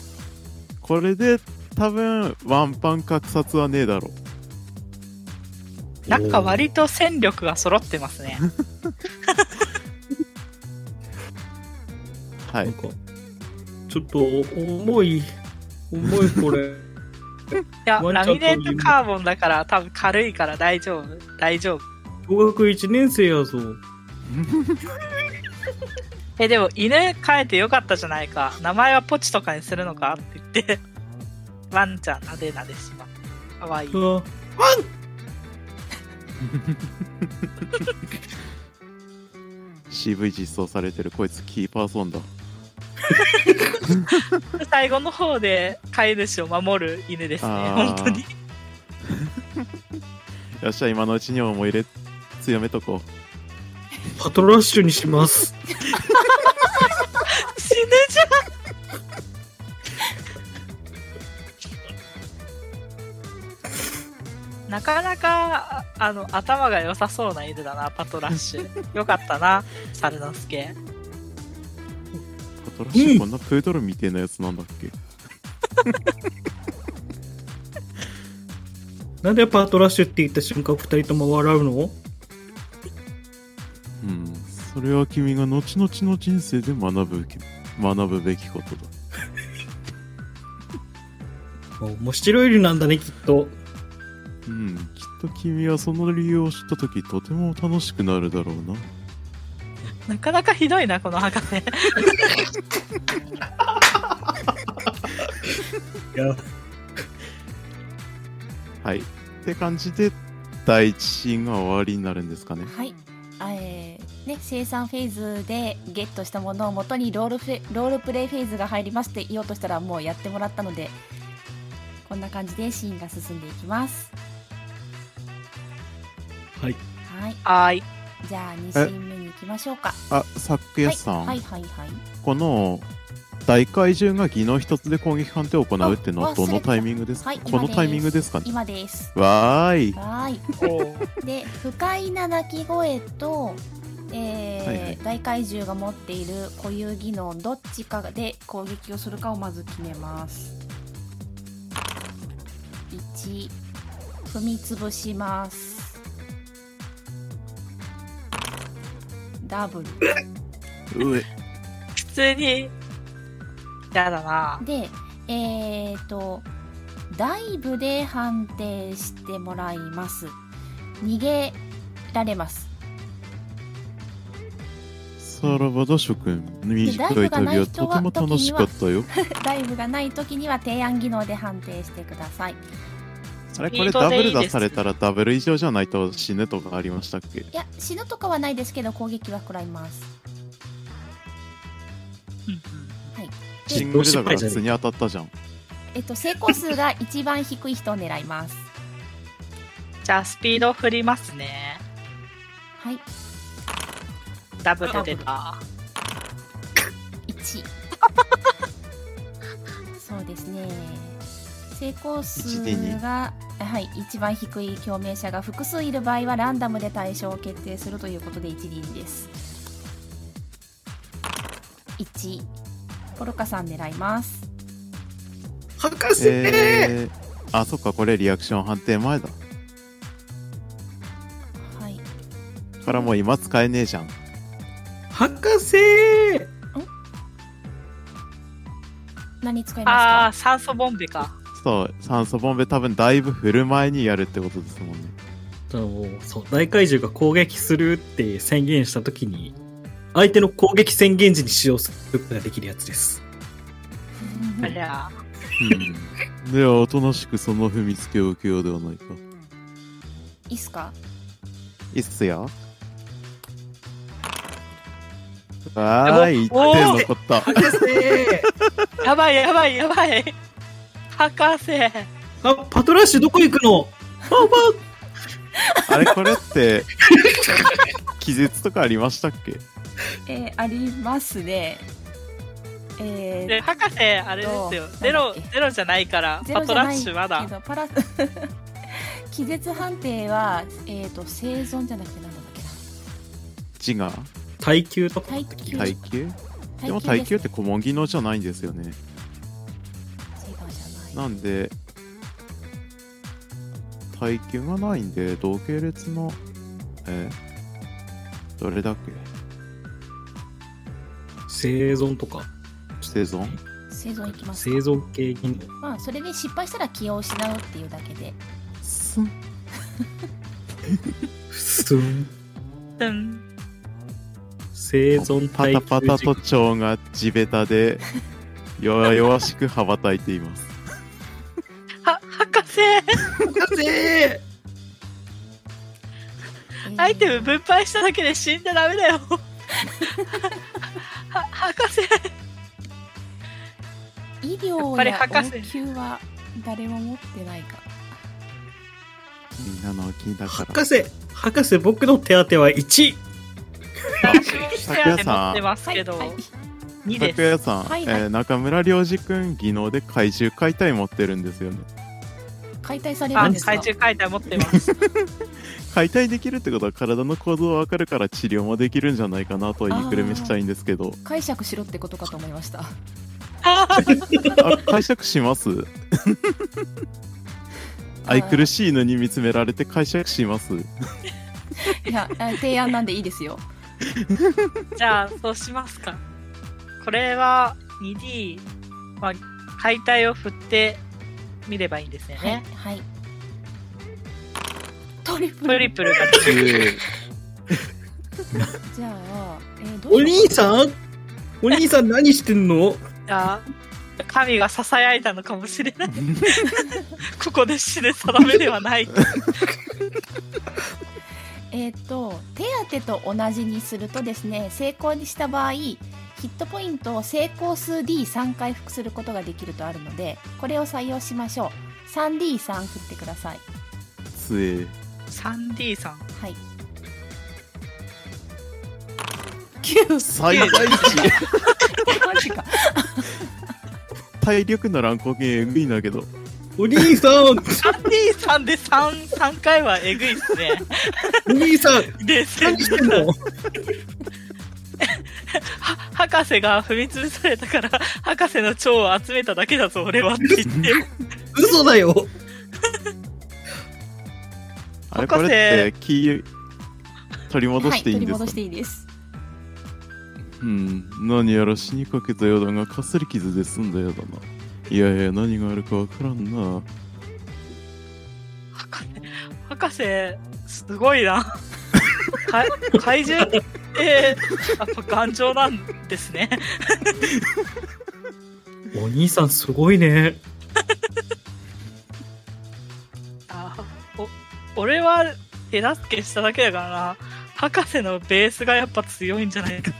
B: これで、多分、ワンパン格殺はねえだろう。
D: なんか割と戦力が揃ってますね
B: は
E: なん
B: い。
E: か、ちょっと重い、重いこ れ。
D: いや
E: ワンち
D: ラ
E: ゃんと
D: ミネートカーボンだから多分軽いから大丈夫大丈夫
E: 小学1年生やぞ。
D: えでも犬飼えてよかったじゃないか名前はポチとかにするのかって言ってワンちゃんなでなでしますかわいい
E: あ
B: 渋い実装されてる、こいつキーパーソンだ。
D: 最後の方で飼い主を守る犬ですね
B: あー
D: 本当に
B: よっしゃ、今のうちに思い入れ強めとこう。
E: パトラッシュにします。
D: 死ぬじゃんなかなかあの頭が良さそうな犬だなパトラッシュよかったな猿之助
B: パトラッシ
E: うん
B: ュこんなプードルみてえなやつなんだっけ、
E: なんでパトラッシュって言った瞬間二人とも笑うの
B: うん、それは君が後々の人生で学ぶべき学ぶべきことだ
E: 面白い理由なんだね、きっと。
B: うんきっと君はその理由を知った時とても楽しくなるだろうな
D: なかなかひどいなこの博士
E: いや、
B: はいって感じで第一シーンが終わりになるんですかね
A: はいあえーね、生産フェーズでゲットしたものを元にロールフェロールプレイフェーズが入りまして言おうとしたらもうやってもらったのでこんな感じでシーンが進んでいきます
E: はい
A: はい
D: はい
A: じゃあ2シーン目に行きましょうか
B: あサックヤスさん、
A: はいはいはいはい
B: この大怪獣が技能一つで攻撃判定を行うっての
A: あ
B: はど
A: 忘れ
B: の
A: てた
B: タイミングですか、
A: はい今
B: このタイミングですかね
A: 今です
B: わーい
A: はーい
D: おー
A: で不快な鳴き声と、えー
B: はいはい
A: 大怪獣が持っている固有技能どっちかで攻撃をするかをまず決めます1踏みつぶしますダブル
B: うえ
D: 普通に嫌だな
A: でえー、とダイブで判定してもらいます逃げられます
B: さらばだ諸君短い旅はとても楽しかったよ
A: ダイブがない時には提案技能で判定してくださいい
B: あれ
D: スピ
B: これ
D: ード
B: ダブ
D: でい
B: ル
D: いです
B: 出されたらダブル以上じゃないと死ぬとかありましたっけ
A: や死ぬとかはないですけど攻撃は食らいます
D: うんうん
B: シングルだから普通に当たったじゃん
A: えっと成功数が一番低い人を狙います
D: じゃあスピード振りますね
A: はい
D: ダブル出た
A: 1 そうですね成功数
B: 一で二
A: がはい一番低い共鳴者が複数いる場合はランダムで対象を決定するということで 1D です1ポルカさん狙います
E: 博士、
B: えー、あ、そっか、これリアクション判定前だ。
A: はい
B: からもう今使えねえじゃん。
E: 博士
A: 何使い
D: ああ
A: ま
D: ー、酸素ボンベか。
B: そう、酸素ボンベ多分だいぶ振る前にやるってことですもんね。
E: あのそう大怪獣が攻撃するって宣言した時に相手の攻撃宣言時に使用することができるやつです
A: す
D: あ
A: か
D: りゃ
B: うん。では、おとなしくその踏みつけを受けようではないか。
A: いいっすか
B: いいっすよ。わーい、
D: でも
B: 1点残った。
E: 博士
D: ーやばいやばいやばい。博士。
E: あパトラッシュどこ行くのパンパ
B: あ
E: ン
B: れ、これ って、気絶とかありましたっけ
A: えー、ありますねえー
D: で、博士、あれですよ。ゼロ、ゼロじゃないから、
A: ゼ
D: パ
A: ロじ
D: ト
A: ゃ
D: ラ
A: な
D: ッ
A: い
D: シ
A: け
D: ュ
A: ど
D: まだ。
A: パラ 気絶判定は、えー、と生存じゃなくてなんだっけ
B: 自我
E: 耐久とか
A: 耐久
B: 耐久
A: な
B: でも耐久っ
A: す
B: て小麦のじゃないんですよね。
A: ゼロじゃない
B: なんで、耐久がないんで、同系列の、えどれだっけ
E: 生存とか
B: 生存
A: 生存いきます
E: 生
A: か
E: 存系技能
A: まあそれで失敗したら気を失うっていうだけです
B: ん
E: すん
D: うん。
E: 生存
B: パ
E: 耐
B: タ
E: 久
B: パタと蝶が地べたで、弱々しく羽ばたいています。
D: は、博士
E: 博士
D: アイテム
A: ぶ
D: 分配しただけで死んじゃダメだよ。 は、博士
A: 医療
D: や
A: や
D: っぱり博
A: 応急は誰も持ってないか
B: みんなのお気にだから
E: 博。士博士僕の手当ては1
D: 私も手当て持ってます
A: はい
D: けど
A: はい、
D: 2で
B: 拓
D: す。
B: 也さん、
A: はいはい
B: えー中村良二君、技能で怪獣解体持ってるんですよね。
A: 解体される
D: あ
A: んで、すか
D: 怪獣解体持ってます。
B: 解体できるってことは体の構造わかるから治療もできるんじゃないかなと言いくるめしたいんですけど、
A: 解釈しろってことかと思いました
B: あ解釈 します愛くるしい犬に見つめられて解釈します
A: いやあ提案なんでいいですよ
D: じゃあ、そうしますか。これは 2D、まあ、解体を振ってみればいいんですよ
A: はい
D: ね。
A: はいトリプ
D: ト
A: ル
D: リプルが
A: じゃあ、えー、どう
E: お
A: しよう
E: 兄さんお兄さん何してんの
D: じゃあ神が囁いたのかもしれ ない。ここで死で定めではない。
A: えっ、と手当てと同じにするとですね成功にした場合ヒットポイントを成功数 D3 回復することができるとあるのでこれを採用しましょう 3D3 振ってください
B: つえ
D: 3D さん。
A: はい9
B: 最大値
A: マジか
B: 体力の乱高下えぐいんだけど
E: お兄さん
D: 3D さんで 3, 三回はえぐいっすね。
E: お兄さん
D: で、せ
E: 何してんの
D: は博士が踏み潰されたから、博士の蝶を集めただけだぞ、俺はって言って。
E: 嘘だよ
B: あれ
D: 博
B: こ
D: 士
B: れって気取り戻
A: は
B: し
A: い
B: てい
A: 取
B: いん
A: り
B: ですか、
A: 戻していいです
B: うん何やら死にかけたようだがかすり傷で済んだようだないやいや何があるかわからんな
D: 博士、博士、すごい な。か怪獣って、やっぱ頑丈なんですね。
E: お兄さんすごいね
D: あお俺は手助けしただけだからな。博士のベースがやっぱ強いんじゃないか。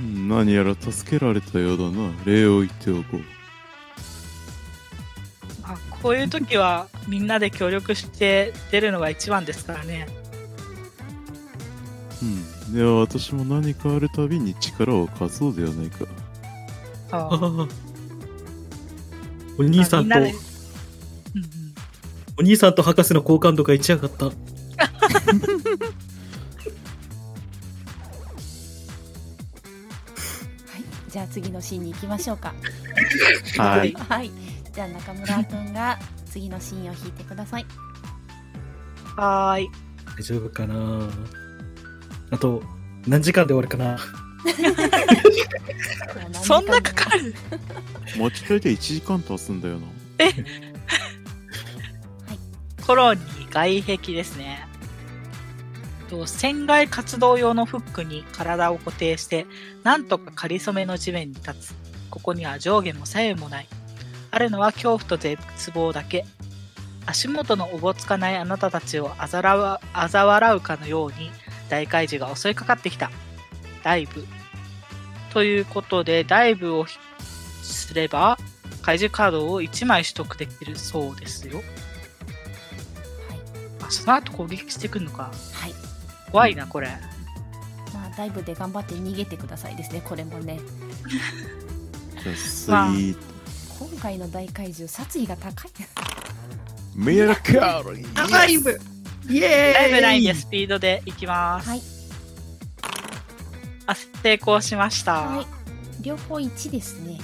B: うん何やら助けられたようだな礼を言っておこう
D: まあ、こういう時はみんなで協力して出るのが一番ですからね。
B: うん、では私も何かあるたびに力を貸そうではないか。
D: あ
E: あーお兄さんと
D: みなでうんうん
E: お兄さんと博士の好感度が一上がった
A: じゃあ次のシーンに行きましょうか。
B: はい。
A: はい。じゃあ中村くんが次のシーンを引いてください。
D: はーい。
E: 大丈夫かなあと、何時間で終わるかな
D: そんなかか
A: る。
D: る
B: 持ち帰って1時間経つんだよな。
D: コロニー外壁ですね。と船外活動用のフックに体を固定して、なんとか仮初めの地面に立つ。ここには上下も左右もない。あるのは恐怖と絶望だけ。足元のおぼつかないあなたたちをあざらわあざ笑うかのように大怪獣が襲いかかってきた。ダイブ。ということで、ダイブをひすれば、怪獣カードを1枚取得できるそうですよ。あその後攻撃してくるのか
A: はい。
D: 怖いなこれ
A: まあ、ダイブで頑張って逃げてくださいですね、これもね。
B: じゃあ、スイート。
A: 今回の大怪獣、殺意が高い。
B: ミラクル
D: ブ
E: イエ
D: ダイブラインでスピードでいきます、
A: はい。
D: あ成功しました、
A: はい。両方1ですね。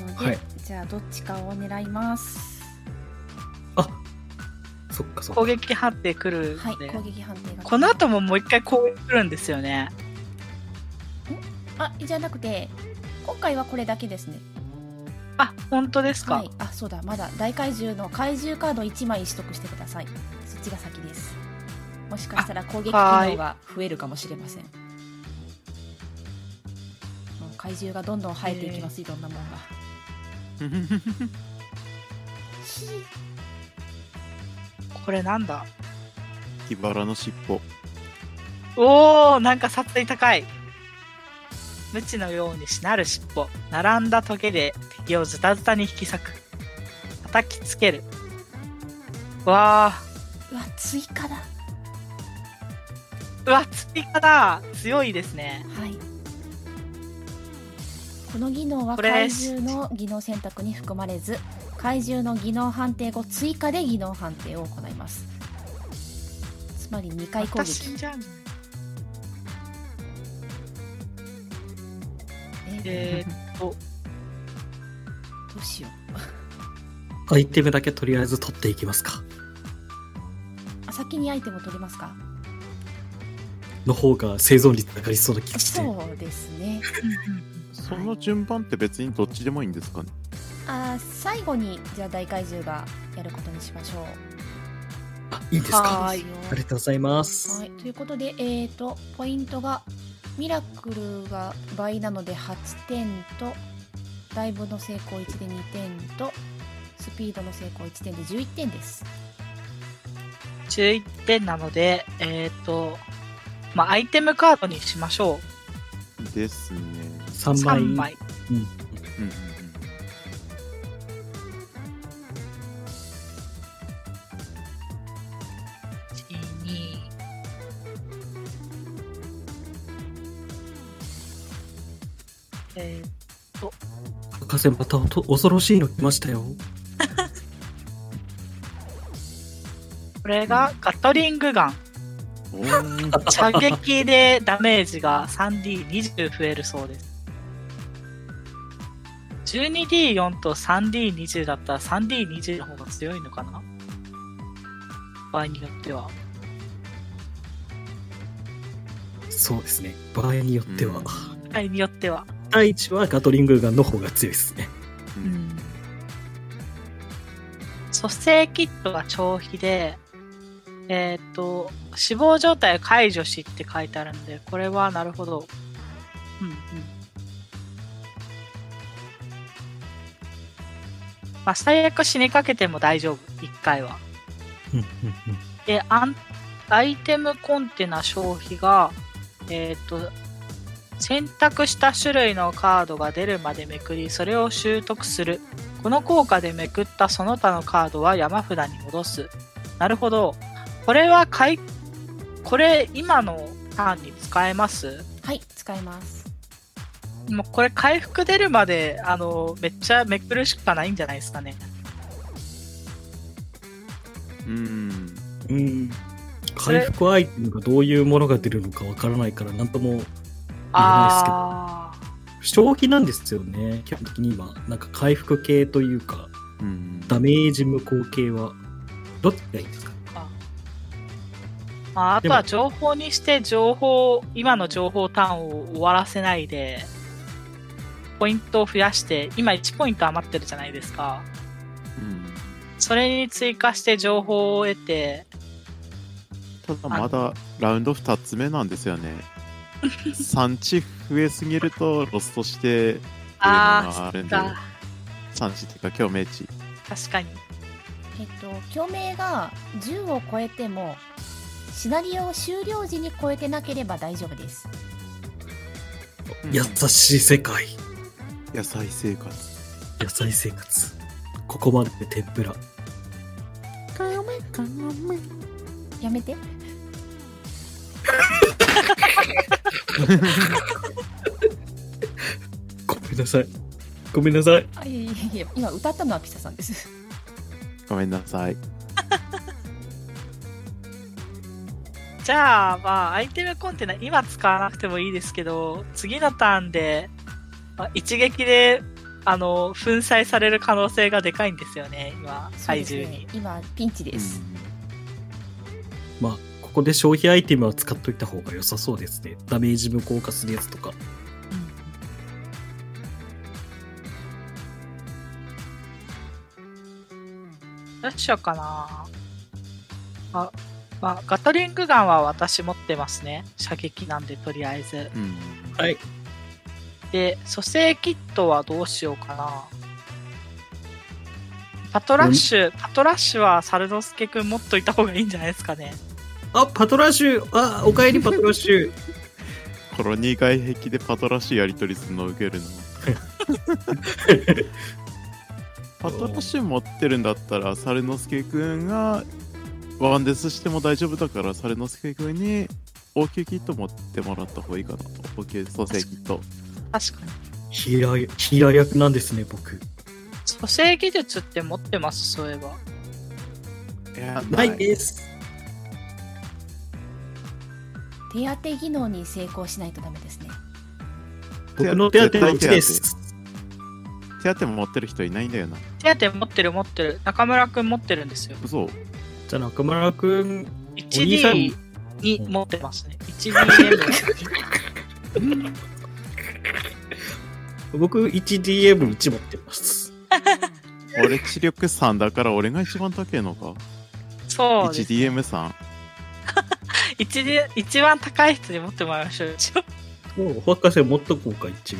A: ので、
E: はい
A: じゃあどっちかを狙います。
E: そっかそっか。
D: 攻撃判定くる
A: はい
D: ので、。
A: 攻撃判定が。
D: この後ももう一回攻撃くるんですよね
A: あ、じゃなくて、今回はこれだけですね。
D: あ本当ですか、
A: はい。あ、そうだ。まだ大怪獣の怪獣カード1枚取得してください。そっちが先です。もしかしたら攻撃機能が増えるかもしれません。うん怪獣がどんどん生えていきます。いろんなものが。
D: これなんだ
B: キバラの尻尾。
D: おおなんか殺意高い無知のようにしなる尻尾並んだトゲで敵をズタズタに引き裂く叩きつけるわあ
A: うわ、追加だ。
D: うわ、追加だ強いですね。
A: はい。この技能は
D: これで
A: 怪
D: す
A: 獣の技能選択に含まれず、怪獣の技能判定後追加で技能判定を行います。つまり2回攻
D: 私
A: 撃。
D: じゃん。
A: え
D: えーっ
A: ー
D: と、
A: どうしよう
E: アイテムだけとりあえず取っていきますか。
A: あ。先にアイテムを取りますか。
E: の方が生存率上がりそうな気がして。
A: そうですね。
B: その順番って別にどっちでもいいんですかね
A: あー最後にじゃあ大怪獣がやることにしましょう。
E: あ、いいです
D: は
E: か。
D: ーい
A: そうですよ
E: ありがとうございます。
A: はい、ということで、えー、とポイントがミラクルが倍なので8点とダイブの成功1で2点とスピードの成功1点で11点です。
D: 11点なので、えーっと、まあ、アイテムカードにしましょ
B: ですね。
E: 三
D: う。
E: 枚。
D: 3枚。
B: うんうん
D: 1 2えー
E: 博士またおと恐ろしいの来ましたよ。
D: これがガトリングガン。
B: うんうん。おー
D: 射撃でダメージが 3D20 増えるそうです。12D4 と 3D20 だったら 3D20 の方が強いのかな場合によっては。
E: そうですね。場合によっては、
B: うん
D: 場合によっては。
E: 第一はガトリングガンの方が強いですね。
B: うん
D: 蘇生キットが長費で、えーっと、死亡状態を解除しって書いてあるんで、これはなるほど。うんうん。まあ、最悪死にかけても大丈夫、1回は。
E: うんうんうん
D: で、アンアイテムコンテナ消費が、えーっと、選択した種類のカードが出るまでめくり、それを習得する。この効果でめくったその他のカードは山札に戻す。なるほど。これは買い、これ今のターンに使えます
A: はい、使います。
D: もうこれ回復出るまで、あの、めっちゃめくるしかないんじゃないですかね。
B: うん。
E: うん
D: それ
E: 回復アイテムがどういうものが出るのかわからないから何とも
D: ああー。
E: 消費なんですよね。基本的に今、なんか回復系というか、
B: うん。
E: ダメージ無効系は、どっちがいいですか
D: まあ、あとは
E: でも
D: 情報にして情報今の情報ターンを終わらせないでポイントを増やして今1ポイント余ってるじゃないですか
B: うん
D: それに追加して情報を得て
B: ただまだラウンド2つ目なんですよね。産地増えすぎるとロストしてっていうの
D: あ
B: があるんで
D: あ、
B: 産地っていうか共鳴地。
D: 確かに
A: えっと、共鳴が10を超えても、シナリオ終了時に超えてなければ大丈夫です。
B: うん
E: 優しい世界。
B: 野菜生活。
E: 野菜生活。ここまでで天ぷら。
A: やめて。
E: ごめんなさい。ごめんなさい。
A: あ、いやいやいや、今歌ったのはピサさんです。
B: ごめんなさい。
D: じゃあまあアイテムコンテナ今使わなくてもいいですけど次のターンで、まあ一撃であの粉砕される可能性がでかいんですよね今
A: そうで
D: 体
A: す
D: 重
A: ね
D: に、
A: 今、ピンチです。
E: まあ、ここで消費アイテムは使っといた方が良さそうですね。ダメージ無効化するやつとか。
D: どうしようかなあまあガトリングガンは私持ってますね射撃なんでとりあえず
B: うん。
E: はい。
D: で蘇生キットはどうしようかなパトラッシュパトラッシュは猿之助くん持っといた方がいいんじゃないですかね
E: あ、パトラッシュあ、おかえりパトラッシ ュ
B: コロニー外壁でパトラッシュやり取りするの受けるの。パトラッシュ持ってるんだったら、猿之助くんがワンデスしても大丈夫だから、猿之助くんに応急キット持ってもらった方がいいかな。応急蘇生キット。
D: 確かに
E: ヒーラー、ヒーラー役なんですね、僕。
D: 蘇生技術って持ってますそういえば
B: いや
E: ないです。
A: 手当て技能に成功しないとダメですね。
E: 僕の手当ては1です。
B: 手当ても持ってる人いないんだよな。
D: 手当て持ってる持ってる中村くん持ってるんですよ
B: 嘘。
E: じゃあ中村くん、兄さん
D: 1D に持ってますね 1DM
E: 僕 1DM1 持ってます。
B: 俺、知力3だから俺が一番高いのか。
D: そうです
B: 1DM さん。
D: 一で一番高い人に持ってもらいましょう一応
E: もう、博士持っとこうか、一応。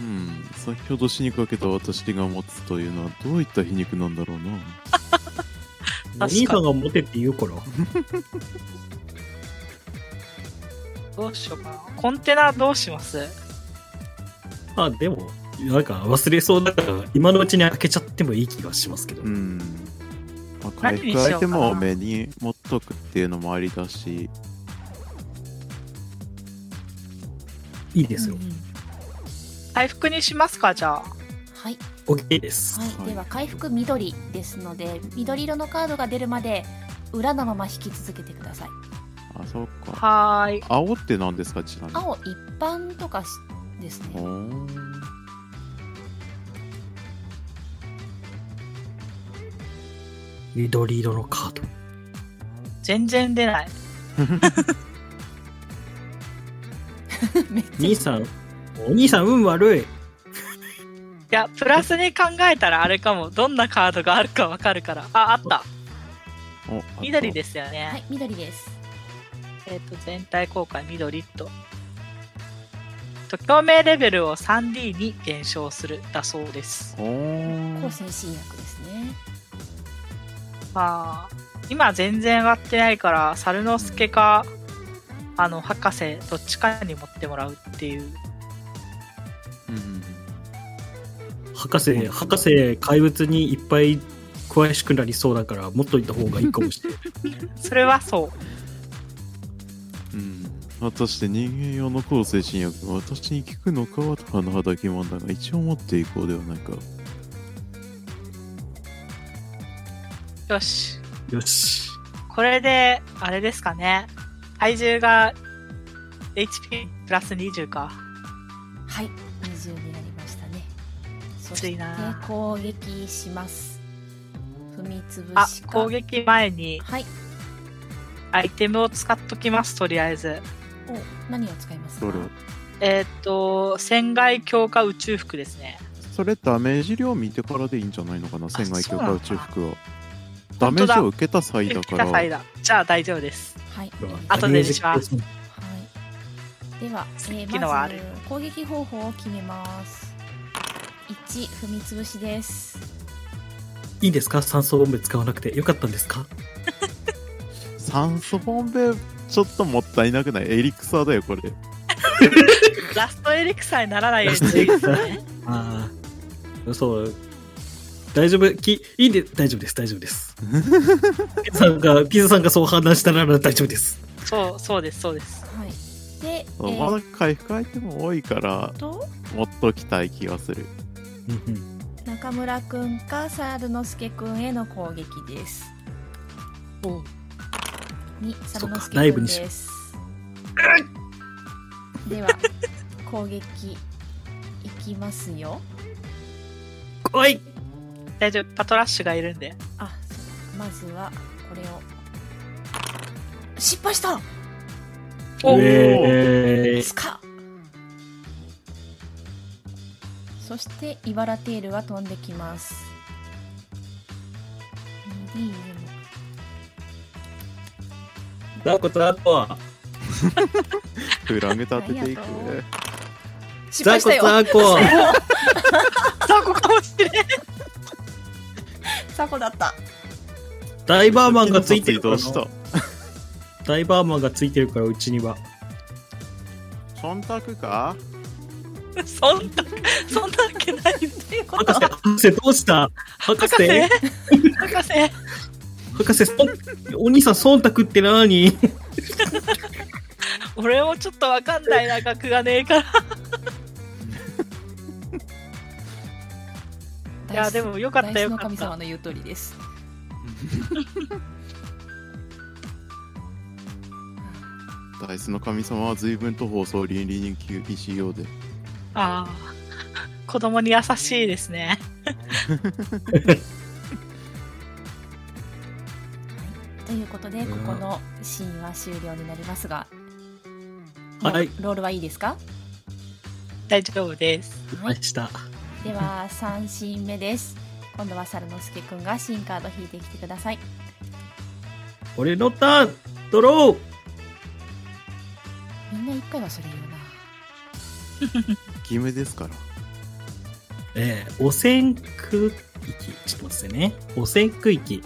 B: うん。先ほど死にかけた私が持つというのはどういった皮肉なんだろうな。
E: お兄さんが持てって言うから。
D: どうしようかなコンテナどうします
E: まあでも、なんか忘れそうだから、今のうちに開けちゃってもいい気がしますけど。
B: うん。まあ、回
D: 何にし
B: 復
D: ようかな
B: アイテムを多めに持っとくっていうのもありだし、
E: いいですよ
A: うん。うん
D: 回復にしますかじゃあ
A: はい、
E: OK です。
A: は、
B: はいい
A: では回復緑ですので緑色のカードが出るまで裏のまま引き続けてください
B: あ、そっか。
D: はーい
B: 青って何ですか、ちなみに。
A: 青一般とかしです
B: お
A: ね
B: ー
E: 緑色のカード。
D: 全然出ない
A: めっちゃ
E: 兄さん、お兄さん運悪い。
D: いやプラスに考えたらあれかもどんなカードがあるかわかるからああった
B: おあと
D: 緑ですよね、
A: はい緑です
D: えっ、と全体効果緑とと共鳴レベルを 3D に減少するだそうです
B: お
A: 抗
B: ー
A: 精神薬ですね
D: まあ今全然割ってないから猿之助かあの博士どっちかに持ってもらうっていう
B: うん
E: 博士、博士、怪物にいっぱい詳しくなりそうだから、持っといた方がいいかもしれない。
D: それはそう
B: うん。果たして人間用の抗精神薬が私に効くのかは甚だ疑問だが、一応持っていこうではないか。
D: よし。
E: よし。
D: これで、あれですかね。体重が HP プラス20か。
A: はい
D: むずい
A: で
D: な。
A: 攻撃します踏みつぶ
D: あ
A: し、か
D: 攻撃前に
A: はい
D: アイテムを使っときます、とりあえず。
A: お何を使いますか
B: それ
D: えーっと、船外強化宇宙服ですね。
B: それダメージ量見てからでいいんじゃないのかな船外強化宇宙服はダ
D: 本
B: メ
D: 当だ
B: ージを受けた際だ
D: 来
B: か
D: た際
B: ら
D: だ。じゃあ大丈夫です。
A: はい、
D: あとでにします
A: はい、では、えー
D: さっきのはあ
A: ま
D: る
A: ず攻撃方法を決めます1踏みつぶしです
E: いいですか酸素ボンベ使わなくてよかったんですか
B: 酸素ボンベちょっともったいなくないエリクサーだよこれ
D: ラストエリクサーにならないように注意 してね。
E: ああそう大丈夫きいいんで大丈夫です大丈夫ですピザさんがピザさんがそう判断したなら大丈夫です
D: そう、そうです、そうです。
A: はいで、え
B: ま
A: ー、
B: だ回復アイテム多いから
A: と
B: 持っときたい気がする
E: うんうん
A: 中村くんかサールのすけくんへの攻撃ですにサ
E: そ
A: ルの
E: うか
A: すけ
E: ライブ
A: くん
E: にしよ
A: です では攻撃いきますよ
E: 来い
D: 大丈夫、パトラッシュがいるんで。
A: あそうだまずはこれを失敗した
D: お
E: えー
A: スカそしてイバラテールが飛んできます 2D でも
E: ダーコとあとは
B: フラグ立てていく
A: ありがとう失
E: ザ
A: 敗
E: コ
A: したよ
E: ザコ
D: ザコかもしれん。
A: サコだった
E: ダイバーマンがついてるか
B: ど
E: ら
B: うした
E: ダイバーマンがついてるからうちには
B: 忖度か
D: そんな、そんなわけないんだよ。
E: 博士博士どうした博士
D: 博士博士
E: 博士そんお兄さん忖度って何
D: 俺もちょっとわかんないな、額がねえから。いや、でもよかったよか
A: ダイスの神
D: っ
A: 様
D: た。
A: の言う通りです。
B: ダイスの神様は随分と放送倫理人 QPCO で
D: ああ。子供に優しいですね。
A: ということで、ここのシーンは終了になりますが、
E: はい
A: もうロールはいいですか？
D: 大丈夫です。
E: はいした
A: では三シーン目です。今度は猿之助くんが新カード引いてきてください。
E: 俺のターンドロー
A: みんな一回はそれ言うな。
B: 義務ですから
E: えー汚染区域、ちょっと待ってね。汚染区域。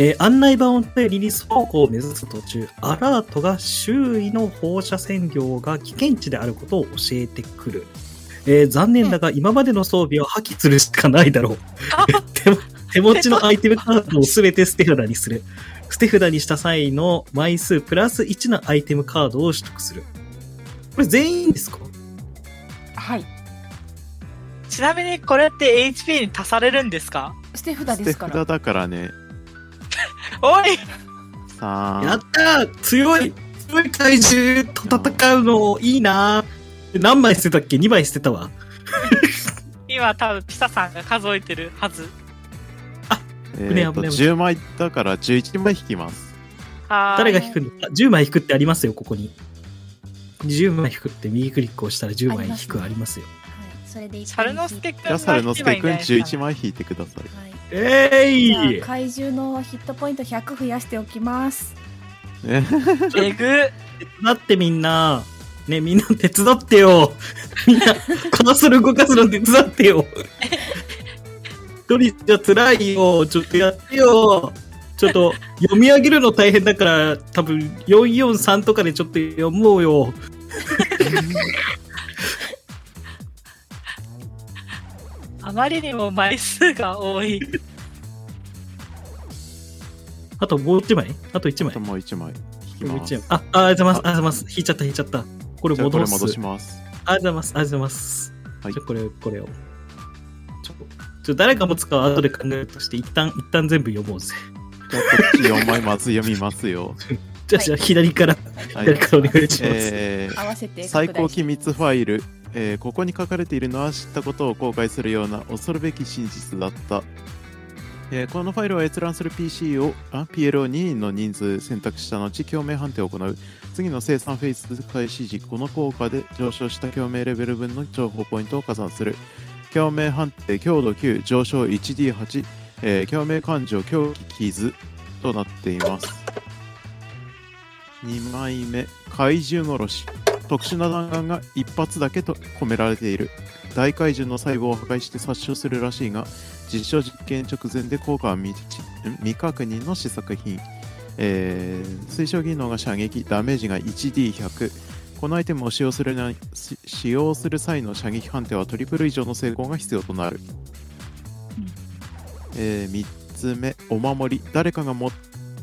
E: えー案内板を頼りに走行を目指す途中、アラートが周囲の放射線量が危険値であることを教えてくる。えー残念だが、今までの装備を破棄するしかないだろう。手も手持ちのアイテムカードをすべて捨て札にする。捨て札にした際の枚数プラス1のアイテムカードを取得する。これ全員ですか
A: はい。
D: ちなみにこれって HP に足されるんですか
A: 捨て
B: 捨
A: 札で
B: て
A: すか
B: 札
A: ら。
B: だからね
D: おい
B: さ
E: や
B: あ
E: ったー強い強い怪獣と戦うのいいなー何枚捨てたっけ ?2 枚捨てたわ。
D: 今多分ピサさんが数えてるはず。
B: え
E: ね
B: ー、と
E: 危ない
B: 10枚だから11枚引きます
D: はーい
E: 誰が引くんですか ?10 枚引くってありますよ、ここに。10枚引くって右クリックをしたら10枚引くありますよ。
A: はい。それで一
D: 猿
A: 回引
D: 之
A: い
D: 助く
B: じ
D: ん
B: ゃあ
D: が
B: 猿之
D: 一番
B: 助
D: い
B: くん
D: ないです
B: 11
D: か
B: 枚引いてください
A: はい。
E: え
A: じゃあ
E: い
A: 怪獣のヒットポイント100増やしておきます。
B: え
D: えぐ
E: だってみんな。ね、みんな手伝ってよ。 みんな、このソル動かすの手伝って よ。一人じゃ辛いよ。ちょっとやってよ。ちょっと読み上げるの大変だから、多分443とかでちょっと読もうよ。
D: あまりにも枚数が多い。
E: あともう1枚あと
B: あ
E: 1枚
B: と。もう1枚引き
E: もう
B: ます
E: 一枚あ、あ、ありがとうございます。ありがとうございます。引いちゃった、引いちゃった。これ
B: じゃあこれ
E: 戻す。
B: 戻します
E: ありがとうございます。ありがとうございます。
B: はい
E: じゃあこれ、これを。ちょっと誰が持つかは後で考えるとして、一旦、一旦全部読もうぜ。
B: じゃあこっち4枚まず読みますよ
E: じゃあ、じゃあ左から、
B: はい
E: 左からお願いします。
B: えー
A: 合わせて拡大し
B: 最高機密ファイルえーここに書かれているのは知ったことを後悔するような恐るべき真実だった、えーこのファイルは閲覧する PC をあ PLO2 人の人数選択した後共鳴判定を行う次の生産フェーズ開始時この効果で上昇した共鳴レベル分の情報ポイントを加算する共鳴判定強度9上昇 1D8、えー共鳴感情狂気傷となっています2枚目怪獣殺し特殊な弾丸が一発だけと込められている大怪獣の細胞を破壊して殺傷するらしいが実証実験直前で効果は未知未確認の試作品、えー推奨技能が射撃ダメージが 1D100 このアイテムを使用するなし使用する際の射撃判定はトリプル以上の成功が必要となる、え3つ目お守り誰かがも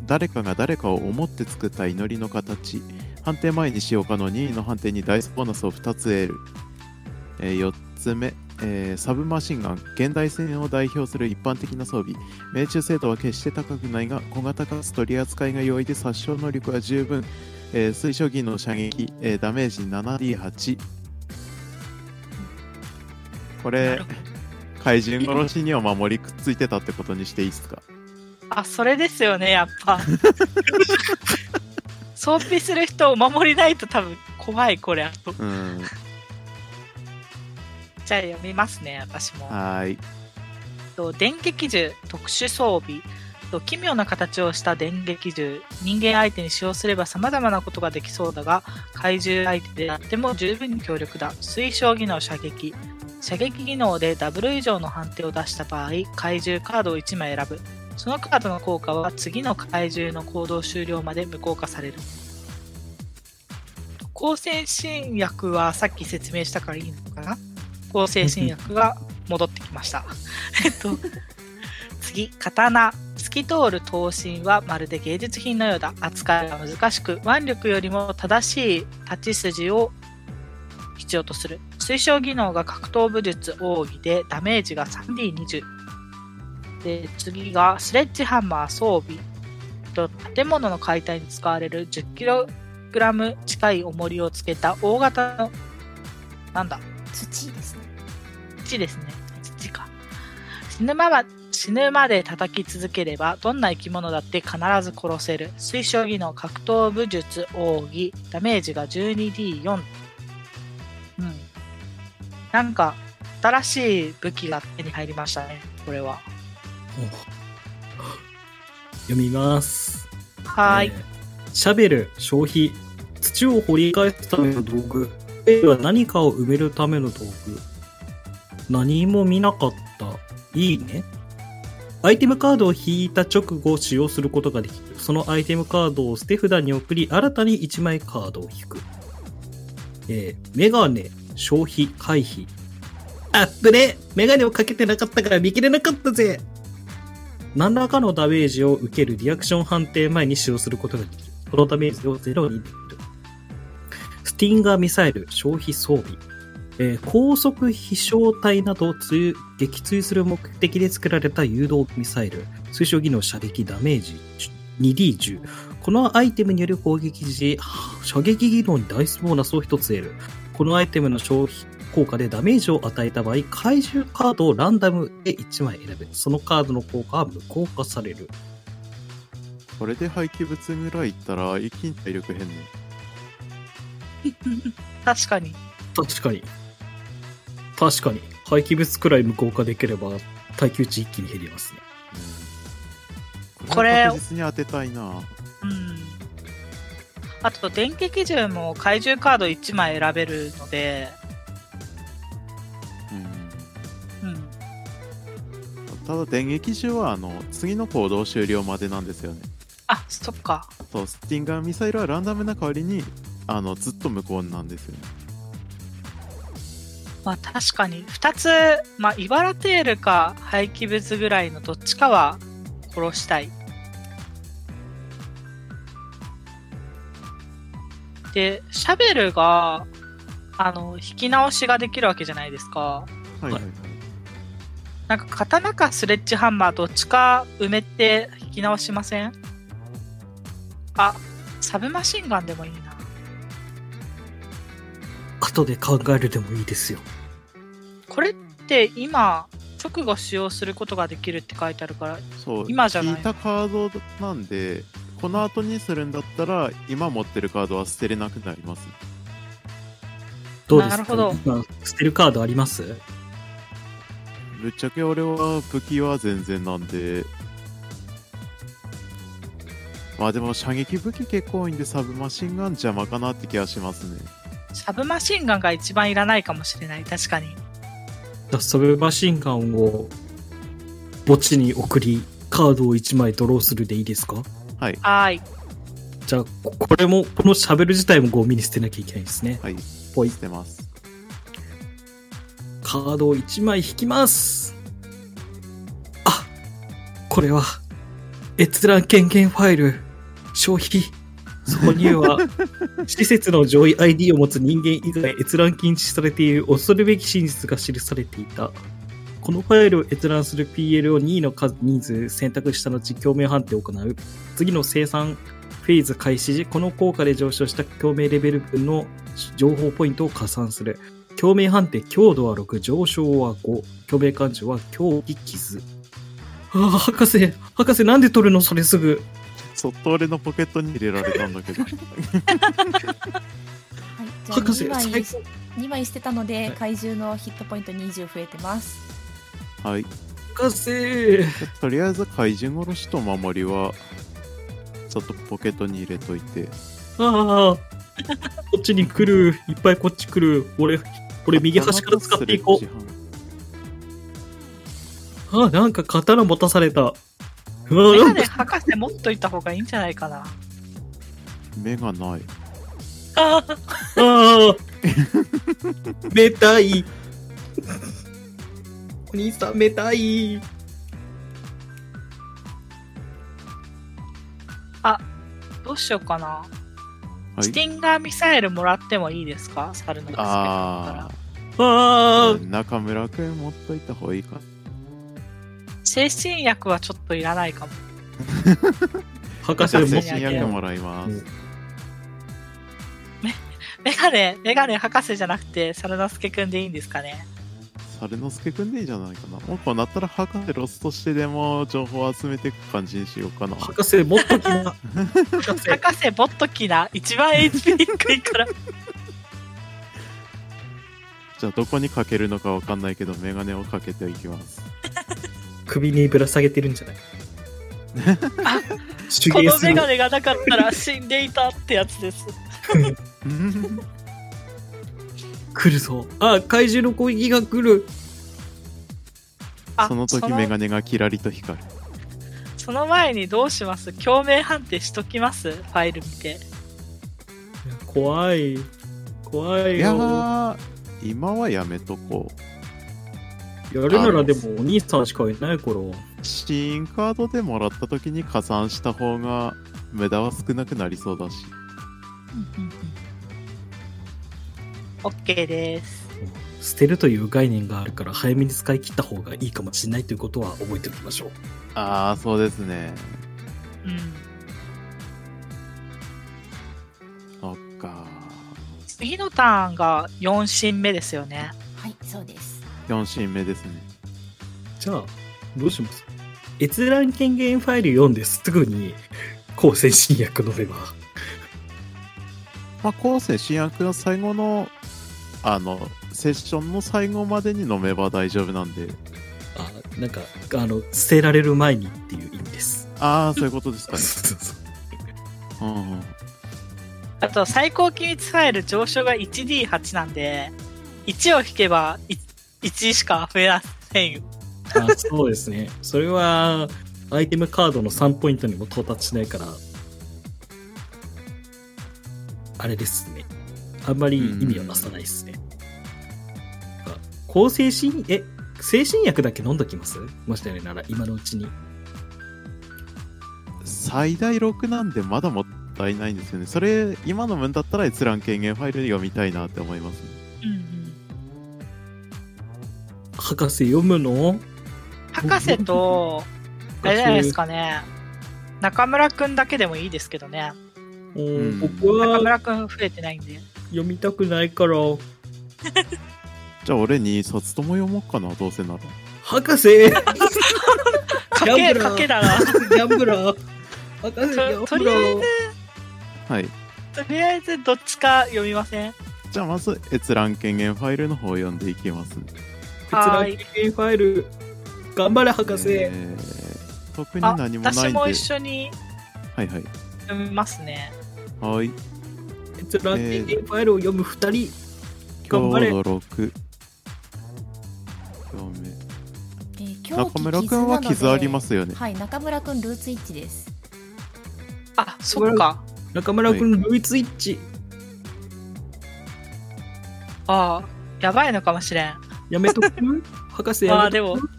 B: 誰かが誰かを思って作った祈りの形判定前に使用可能任意の判定にダイスボーナスを2つ得る、え4つ目、えーサブマシンガン現代戦を代表する一般的な装備命中精度は決して高くないが小型かつ取り扱いが容易で殺傷能力は十分、えー推奨技能射撃、えーダメージ 7D8 こ
D: な
B: れ
D: るほど
B: 怪人殺しには守りくっついてたってことにしていいですか
D: あ、それですよね、やっ ぱ。装備する人を守りないと多分怖い、これ。
B: うん
D: じゃあ読みますね、私も。
B: はーい
D: と電撃銃特殊装備と奇妙な形をした電撃銃人間相手に使用すれば様々なことができそうだが怪獣相手であっても十分に強力だ推奨技能射撃射撃技能でダブル以上の判定を出した場合怪獣カードを1枚選ぶそのカードの効果は次の怪獣の行動終了まで無効化される抗戦新薬はさっき説明したからいいのかな抗戦新薬が戻ってきました えっと、次、刀。透き通る刀身はまるで芸術品のようだ。扱いが難しく、腕力よりも正しい立ち筋を必要とする。推奨技能が格闘武術奥義でダメージが 3D20。で、次がスレッジハンマー装備。と建物の解体に使われる 10kg 近い重りをつけた大型の、なんだ、
A: 土ですね
D: 土ですね。土か。死ぬまま、死ぬまで叩き続ければ、どんな生き物だって必ず殺せる。推奨技能格闘武術奥義。ダメージが 12D4。うん。なんか、新しい武器が手に入りましたね、これは。
E: 読みます。
D: はーい。
E: えーシャベル、消費。土を掘り返すための道具。シャベルは何かを埋めるための道具。何も見なかった。いいね。アイテムカードを引いた直後使用することができる。そのアイテムカードを捨て札に送り、新たに1枚カードを引く。えーメガネ、消費、回避。あっぶねメガネをかけてなかったから見切れなかったぜ何らかのダメージを受けるリアクション判定前に使用することができる。このダメージをゼロにできる。スティンガーミサイル消費装備。えー高速飛翔体などを追撃墜する目的で作られた誘導ミサイル。推奨技能射撃ダメージ 2D10。このアイテムによる攻撃時、はあ射撃技能にダイスボーナスを1つ得る。このアイテムの消費効果でダメージを与えた場合、怪獣カードをランダムで1枚選べ。そのカードの効果は無効化される。
B: これで廃棄物ぐらいいったら一気に体力変ね
D: 確かに。
E: 確かに。確かに。廃棄物くらい無効化できれば、耐久値一気に減りますね。
B: うん
D: これ
B: は確実に当てたいな
D: うん。あと、電撃銃も怪獣カード1枚選べるので、
B: うん
D: うん。
B: ただ電撃銃はあの次の行動終了までなんですよね
D: あ、そっか。
B: そうスティンガーミサイルはランダムな代わりにあのずっと無効なんですよね
D: まあ確かに2つ、まあ、イバラテールか廃棄物ぐらいのどっちかは殺したい。で、シャベルが、あの、引き直しができるわけじゃないですか。
B: はいはいはい、
D: なんか刀かスレッジハンマーどっちか埋めて引き直しませんあ、サブマシンガンでもいいな。
E: あっ後で考えるでもいいですよ。
D: これって今、直後使用することができるって書いてあるから、
B: そう
D: 今じゃない
B: 引いたカードなんでこの後にするんだったら今持ってるカードは捨てれなくなります
E: どうですか
D: なるほど
E: 今捨てるカードあります
B: ぶっちゃけ俺は武器は全然なんでまあでも射撃武器結構多いんでサブマシンガン邪魔かなって気がしますね
D: サブマシンガンが一番いらないかもしれない、確かに。
E: じゃあサブマシンガンを墓地に送り、カードを1枚ドローするでいいですか
B: はい
D: はーい。
E: じゃあ、ここれも、このシャベル自体もゴミに捨てなきゃいけないですね。
B: はい
E: ほい
B: 捨てます
E: カードを1枚引きます。あ、これは、閲覧権限ファイル、消費、挿入は、施設の上位 ID を持つ人間以外閲覧禁止されている恐るべき真実が記されていた。このファイルを閲覧する PL を2位の数人数選択した後、共鳴判定を行う。次の生産フェーズ開始時、この効果で上昇した共鳴レベル分の情報ポイントを加算する。共鳴判定強度は6上昇は5共鳴感情は狂気傷ああ博士博士なんで取るのそれすぐ
B: そっと俺のポケットに入れられたんだけ ど
A: はい、じゃあ
E: 博士
A: 2枚
E: 最高
A: 2枚捨てたので
E: はい
A: 怪獣のヒットポイント20増えてます
B: はい
E: 博士
B: とりあえず怪人殺しと守りはちょっとポケットに入れといて
E: ああこっちに来るいっぱいこっち来る俺俺右端から使っていこ
B: う
E: うああなんか刀持たされたああ
D: メ
E: な
D: ガ
E: んか
D: ネ博士持っといた方がいいんじゃないかな。
B: 目がない
D: あー
E: ああめたいお兄さんめたい
D: どうしようかな。
B: はい
D: スティンガーミサイルもらってもいいですか猿の助けだっ
B: あ
D: たら。
E: あ
B: あ
E: あ
B: 中村くん持っといた方がいいか
D: 精神薬はちょっといらないかも。
E: 博士
D: で
E: 持
D: も
B: 精
E: っ
B: 神薬もらいます
D: メガネ、メガネ博士じゃなくて、猿之助くんでいいんですかね。
B: 猿之助くんでいいじゃないかなもうこうなったら博士ロスとしてでも情報を集めていく感じにしようかな
E: 博士持っときな博士
D: 博士、ボットキな、一番 HP 低い から。
B: じゃあどこにかけるのかわかんないけどメガネをかけていきます
E: 首にぶら下げてるんじゃな い
D: あ
E: 手
D: こ
E: 芸
D: の
E: す
D: メ
E: る
D: ガネがなかったら死んでいたってやつです。
E: 来るぞあ怪獣の攻撃が来る
D: あ
B: その時メガネがキラリと光る
D: その前にどうします共鳴判定しときますファイル見て。
E: 怖い怖いよ
B: いやー今はやめとこう
E: やるならでもお兄さんしかいないから
B: シーンカードでもらった時に加算した方が無駄は少なくなりそうだし
D: OK です。
E: 捨てるという概念があるから早めに使い切った方がいいかもしれないということは覚えておきましょう
B: ああそうですね
D: うん。
B: そっか
D: 次のターンが4進目ですよね。
A: はいそうです
B: 4シーン目ですね
E: じゃあどうします閲覧権限ファイル4ですぐに抗精神薬飲めば
B: まあ後世新薬の最後のあのセッションの最後までに飲めば大丈夫なんで
E: あなんかあの捨てられる前にっていう意味です、
B: ああそういうことですかねうんうん
D: あと最高機密ファイル上昇が 1D8 なんで、1を引けば 1, しか増えませんよ。
E: あそうですね。それは、アイテムカードの3ポイントにも到達しないから、あれですね。あんまり意味はなさないですね。あ抗精神、え、精神薬だけ飲んどきますもしあれなら、今のうちに。
B: 最大6なんでまだもったいないんですよねそれ今の分だったら閲覧権限ファイル読みたいなって思いますね
D: うんうん
E: 博士読むの
D: 博士と、あれじゃないですかね。中村くんだけでもいいですけどね。
E: うん
B: ん
E: 僕
D: 中
E: は
D: 村くん増えてないんで。
E: 読みたくないから、
B: じゃあ俺2冊とも読もうかな、どうせなら。
E: 博士ギ
D: か
E: ャン
D: け、
E: ブラー
D: かけだな。
E: ャンブラー博士ギャ
D: と
E: ン
D: と
E: ブ
D: りあ
E: ラ
D: え
E: ー
B: はい。
D: ず、とりあえず、どっちか読みません
B: じゃあまず閲覧権限ファイルの方を読んでいきますね。
E: 閲覧権限ファイル頑張れ博士、
B: えー特に
D: あ、
B: 何もないんで。
D: 私も一緒に
B: はいはい。
D: 読みますね。
B: はい。
E: 閲覧権限ファイルを読む2人、頑張
B: 今
E: れ
B: 日の6。今日目
A: えー今日
B: 中村くんは傷ありますよね。
A: はい中村くんルーツイッチです
D: あ、そっか。
E: 中村君のルイツイッチ、
D: ああ、やばいのかもしれん。
E: やめとく博士
D: ま
E: や
D: あ
E: め
D: で
E: と
D: も
E: く、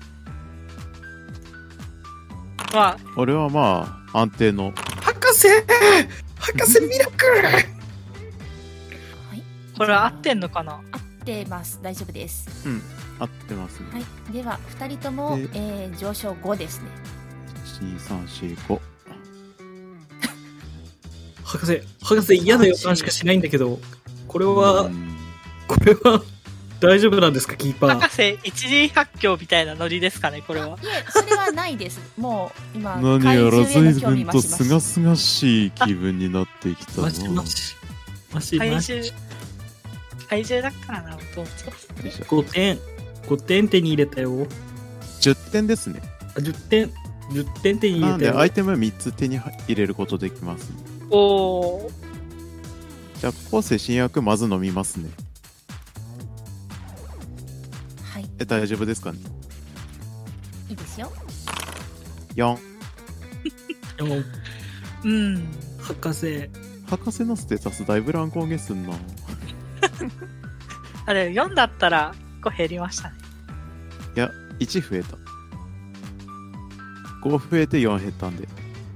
D: ま
B: 俺はまあ、安定の。
E: 博士博士ミラクル
A: はい
D: あ、これ合ってんのかな
A: 合ってます大丈夫です
B: 合ってますね。
A: はいでは二人とも
B: で、
A: えー上昇5ですね
B: 1、2、3、4、5。
E: 博士博士嫌な予感しかしないんだけどこれは、
B: うん
E: これは大丈夫なんですかキーパー
D: 博士、一時百挙みたいなノリですかね、これは。
A: いえそれはない ですもう今
B: 何やら
A: 怪獣へ
B: 随
A: の興味増
B: 分と
A: します
B: がすがしい気分になってきたな
E: マ。シマシマシ
D: 怪
E: マシ
D: 獣。怪獣だからな、どうぞ。
B: よいしょ
E: 5点5点手に入れたよ
B: 10点ですね。
E: あ10点10点手に
B: なの
E: 入れ
B: で
E: た
B: アイ
E: よ
B: テム3つ手に入れることできます。
D: おー、
B: じゃあ、後世新薬まず飲みますね。
A: はい
B: え、大丈夫ですかね
A: いいですよ
B: ?4。
E: でも
D: うん。
E: 博士
B: 博士のステータスだいぶ乱高下すんな。い
D: あれ、4だったら、こう減りましたね。
B: や、1増えた。5増えて4減ったんで。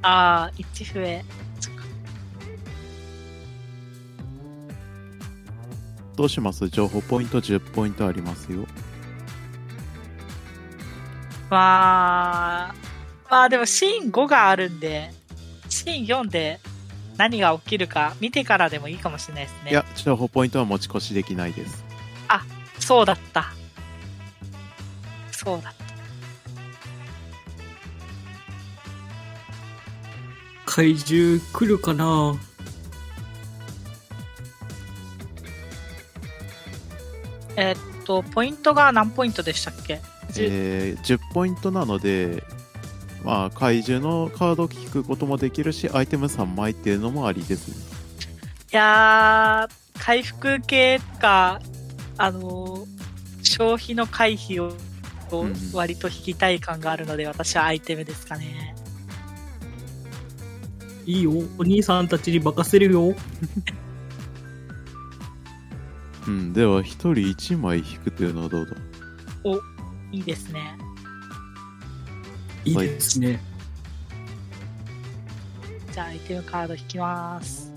D: ああ、1増え。
B: どうします情報ポイント10ポイントありますよ。
D: まあ、まあでもシーン5があるんで、シーン4で何が起きるか見てからでもいいかもしれないですね。
B: いや、情報ポイントは持ち越しできないです。
D: そうだった。そうだった。
E: 怪獣来るかな
D: えーっと、ポイントが何ポイントでしたっけじゅ
B: えー、10ポイントなので、まあ、怪獣のカードを聞くこともできるし、アイテム3枚っていうのもありですね。
D: いやー、回復系か、あのー消費の回避をを
B: うん
D: 割と引きたい感があるので、私はアイテムですかね。
E: いいよお兄さんたちに任せるよ
B: うん、では、1人1枚引くというのはどうだ
D: いいですね。
E: いいですね、
D: じゃあ、アイテムカード引きます。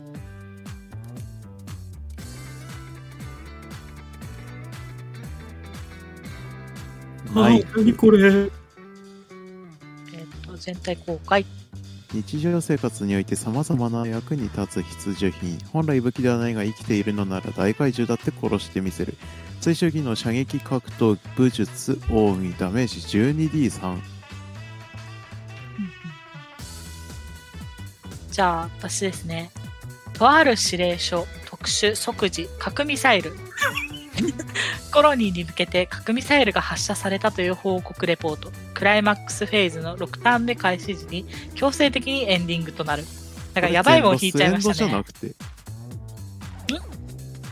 B: はい
E: あ。何これ
D: えーっと、全体公開。
B: 日常生活において様々な役に立つ必需品本来武器ではないが生きているのなら大怪獣だって殺してみせる追従技能射撃格闘武術奥義ダメージ 12D3
D: じゃあ、私ですね。とある指令書、特殊、即時、核ミサイル。 コロニーに向けて核ミサイルが発射されたという報告レポート。クライマックスフェーズの6ターン目開始時に強制的にエンディングとなる。だからやばいもん引いちゃいました
B: これ全ロスエンドじゃ
D: ね
B: な。くて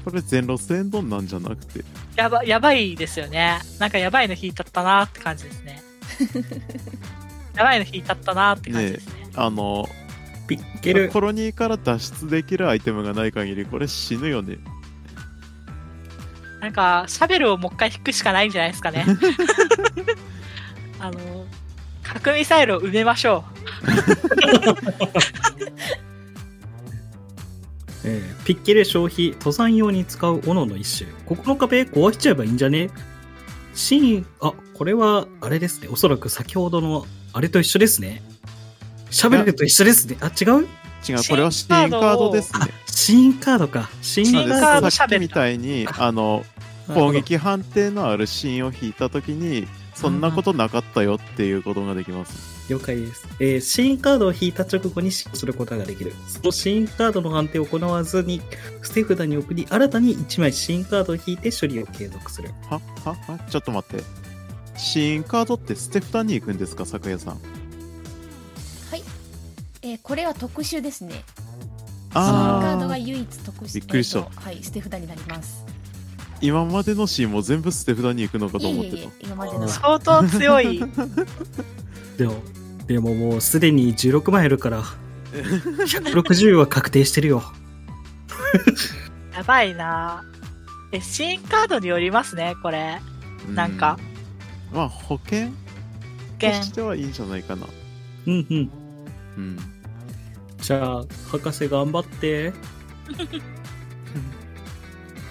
B: これ全ロスエンドなんじゃなくて
D: やば、やばいですよね。なんかやばいの引いたったなーって感じです ね。やばいの引いたったなーって感じですね。
B: あの
E: ピッケル
B: コロニーから脱出できるアイテムがない限りこれ死ぬよね
D: なんか、シャベルをもう一回引くしかないんじゃないですかね。あの、核ミサイルを埋めましょ
E: えーピッケル消費登山用に使う斧の一種ここの壁壊しちゃえばいいんじゃねシーンあこれはあれですねおそらく先ほどのあれと一緒ですねシャベルと一緒ですねあ違う
B: 違うこれはシーンカードですね
E: あシーンカードかシー
D: シ
E: ン
D: ーン
E: カー
D: カー
E: ド
D: ド
B: さっきみたいにあの攻撃判定のあるシーンを引いたときに、そんなことなかったよっていうことができます。
E: 了解です。えーシーンカードを引いた直後に使用することができる。そのシーンカードの判定を行わずに、捨て札に送り、新たに1枚シーンカードを引いて処理を継続する。
B: はははちょっと待って。シーンカードって捨て蓋に行くんですか、酒屋さん。
A: はい、えーこれは特殊ですね
B: あ
A: カ
B: あ
A: ードが唯一特殊
B: びっくりした
A: えーとはい捨て札になります
B: 今までのシーンも全部捨て札に行くのか
A: い
B: と
A: えい
B: 思っ
A: え
B: て
A: い
B: た
A: え。今までの
D: 相当強い。
E: でも、でももうすでに16枚ある から、160は確定してるよ。
D: やばいなえ、シーンカードによりますね、これ。
B: う
D: なんか。
B: まあ、保険と
D: 保険
B: してはいいんじゃないかな。
E: うんうん。
B: うん。
E: じゃあ、博士頑張って。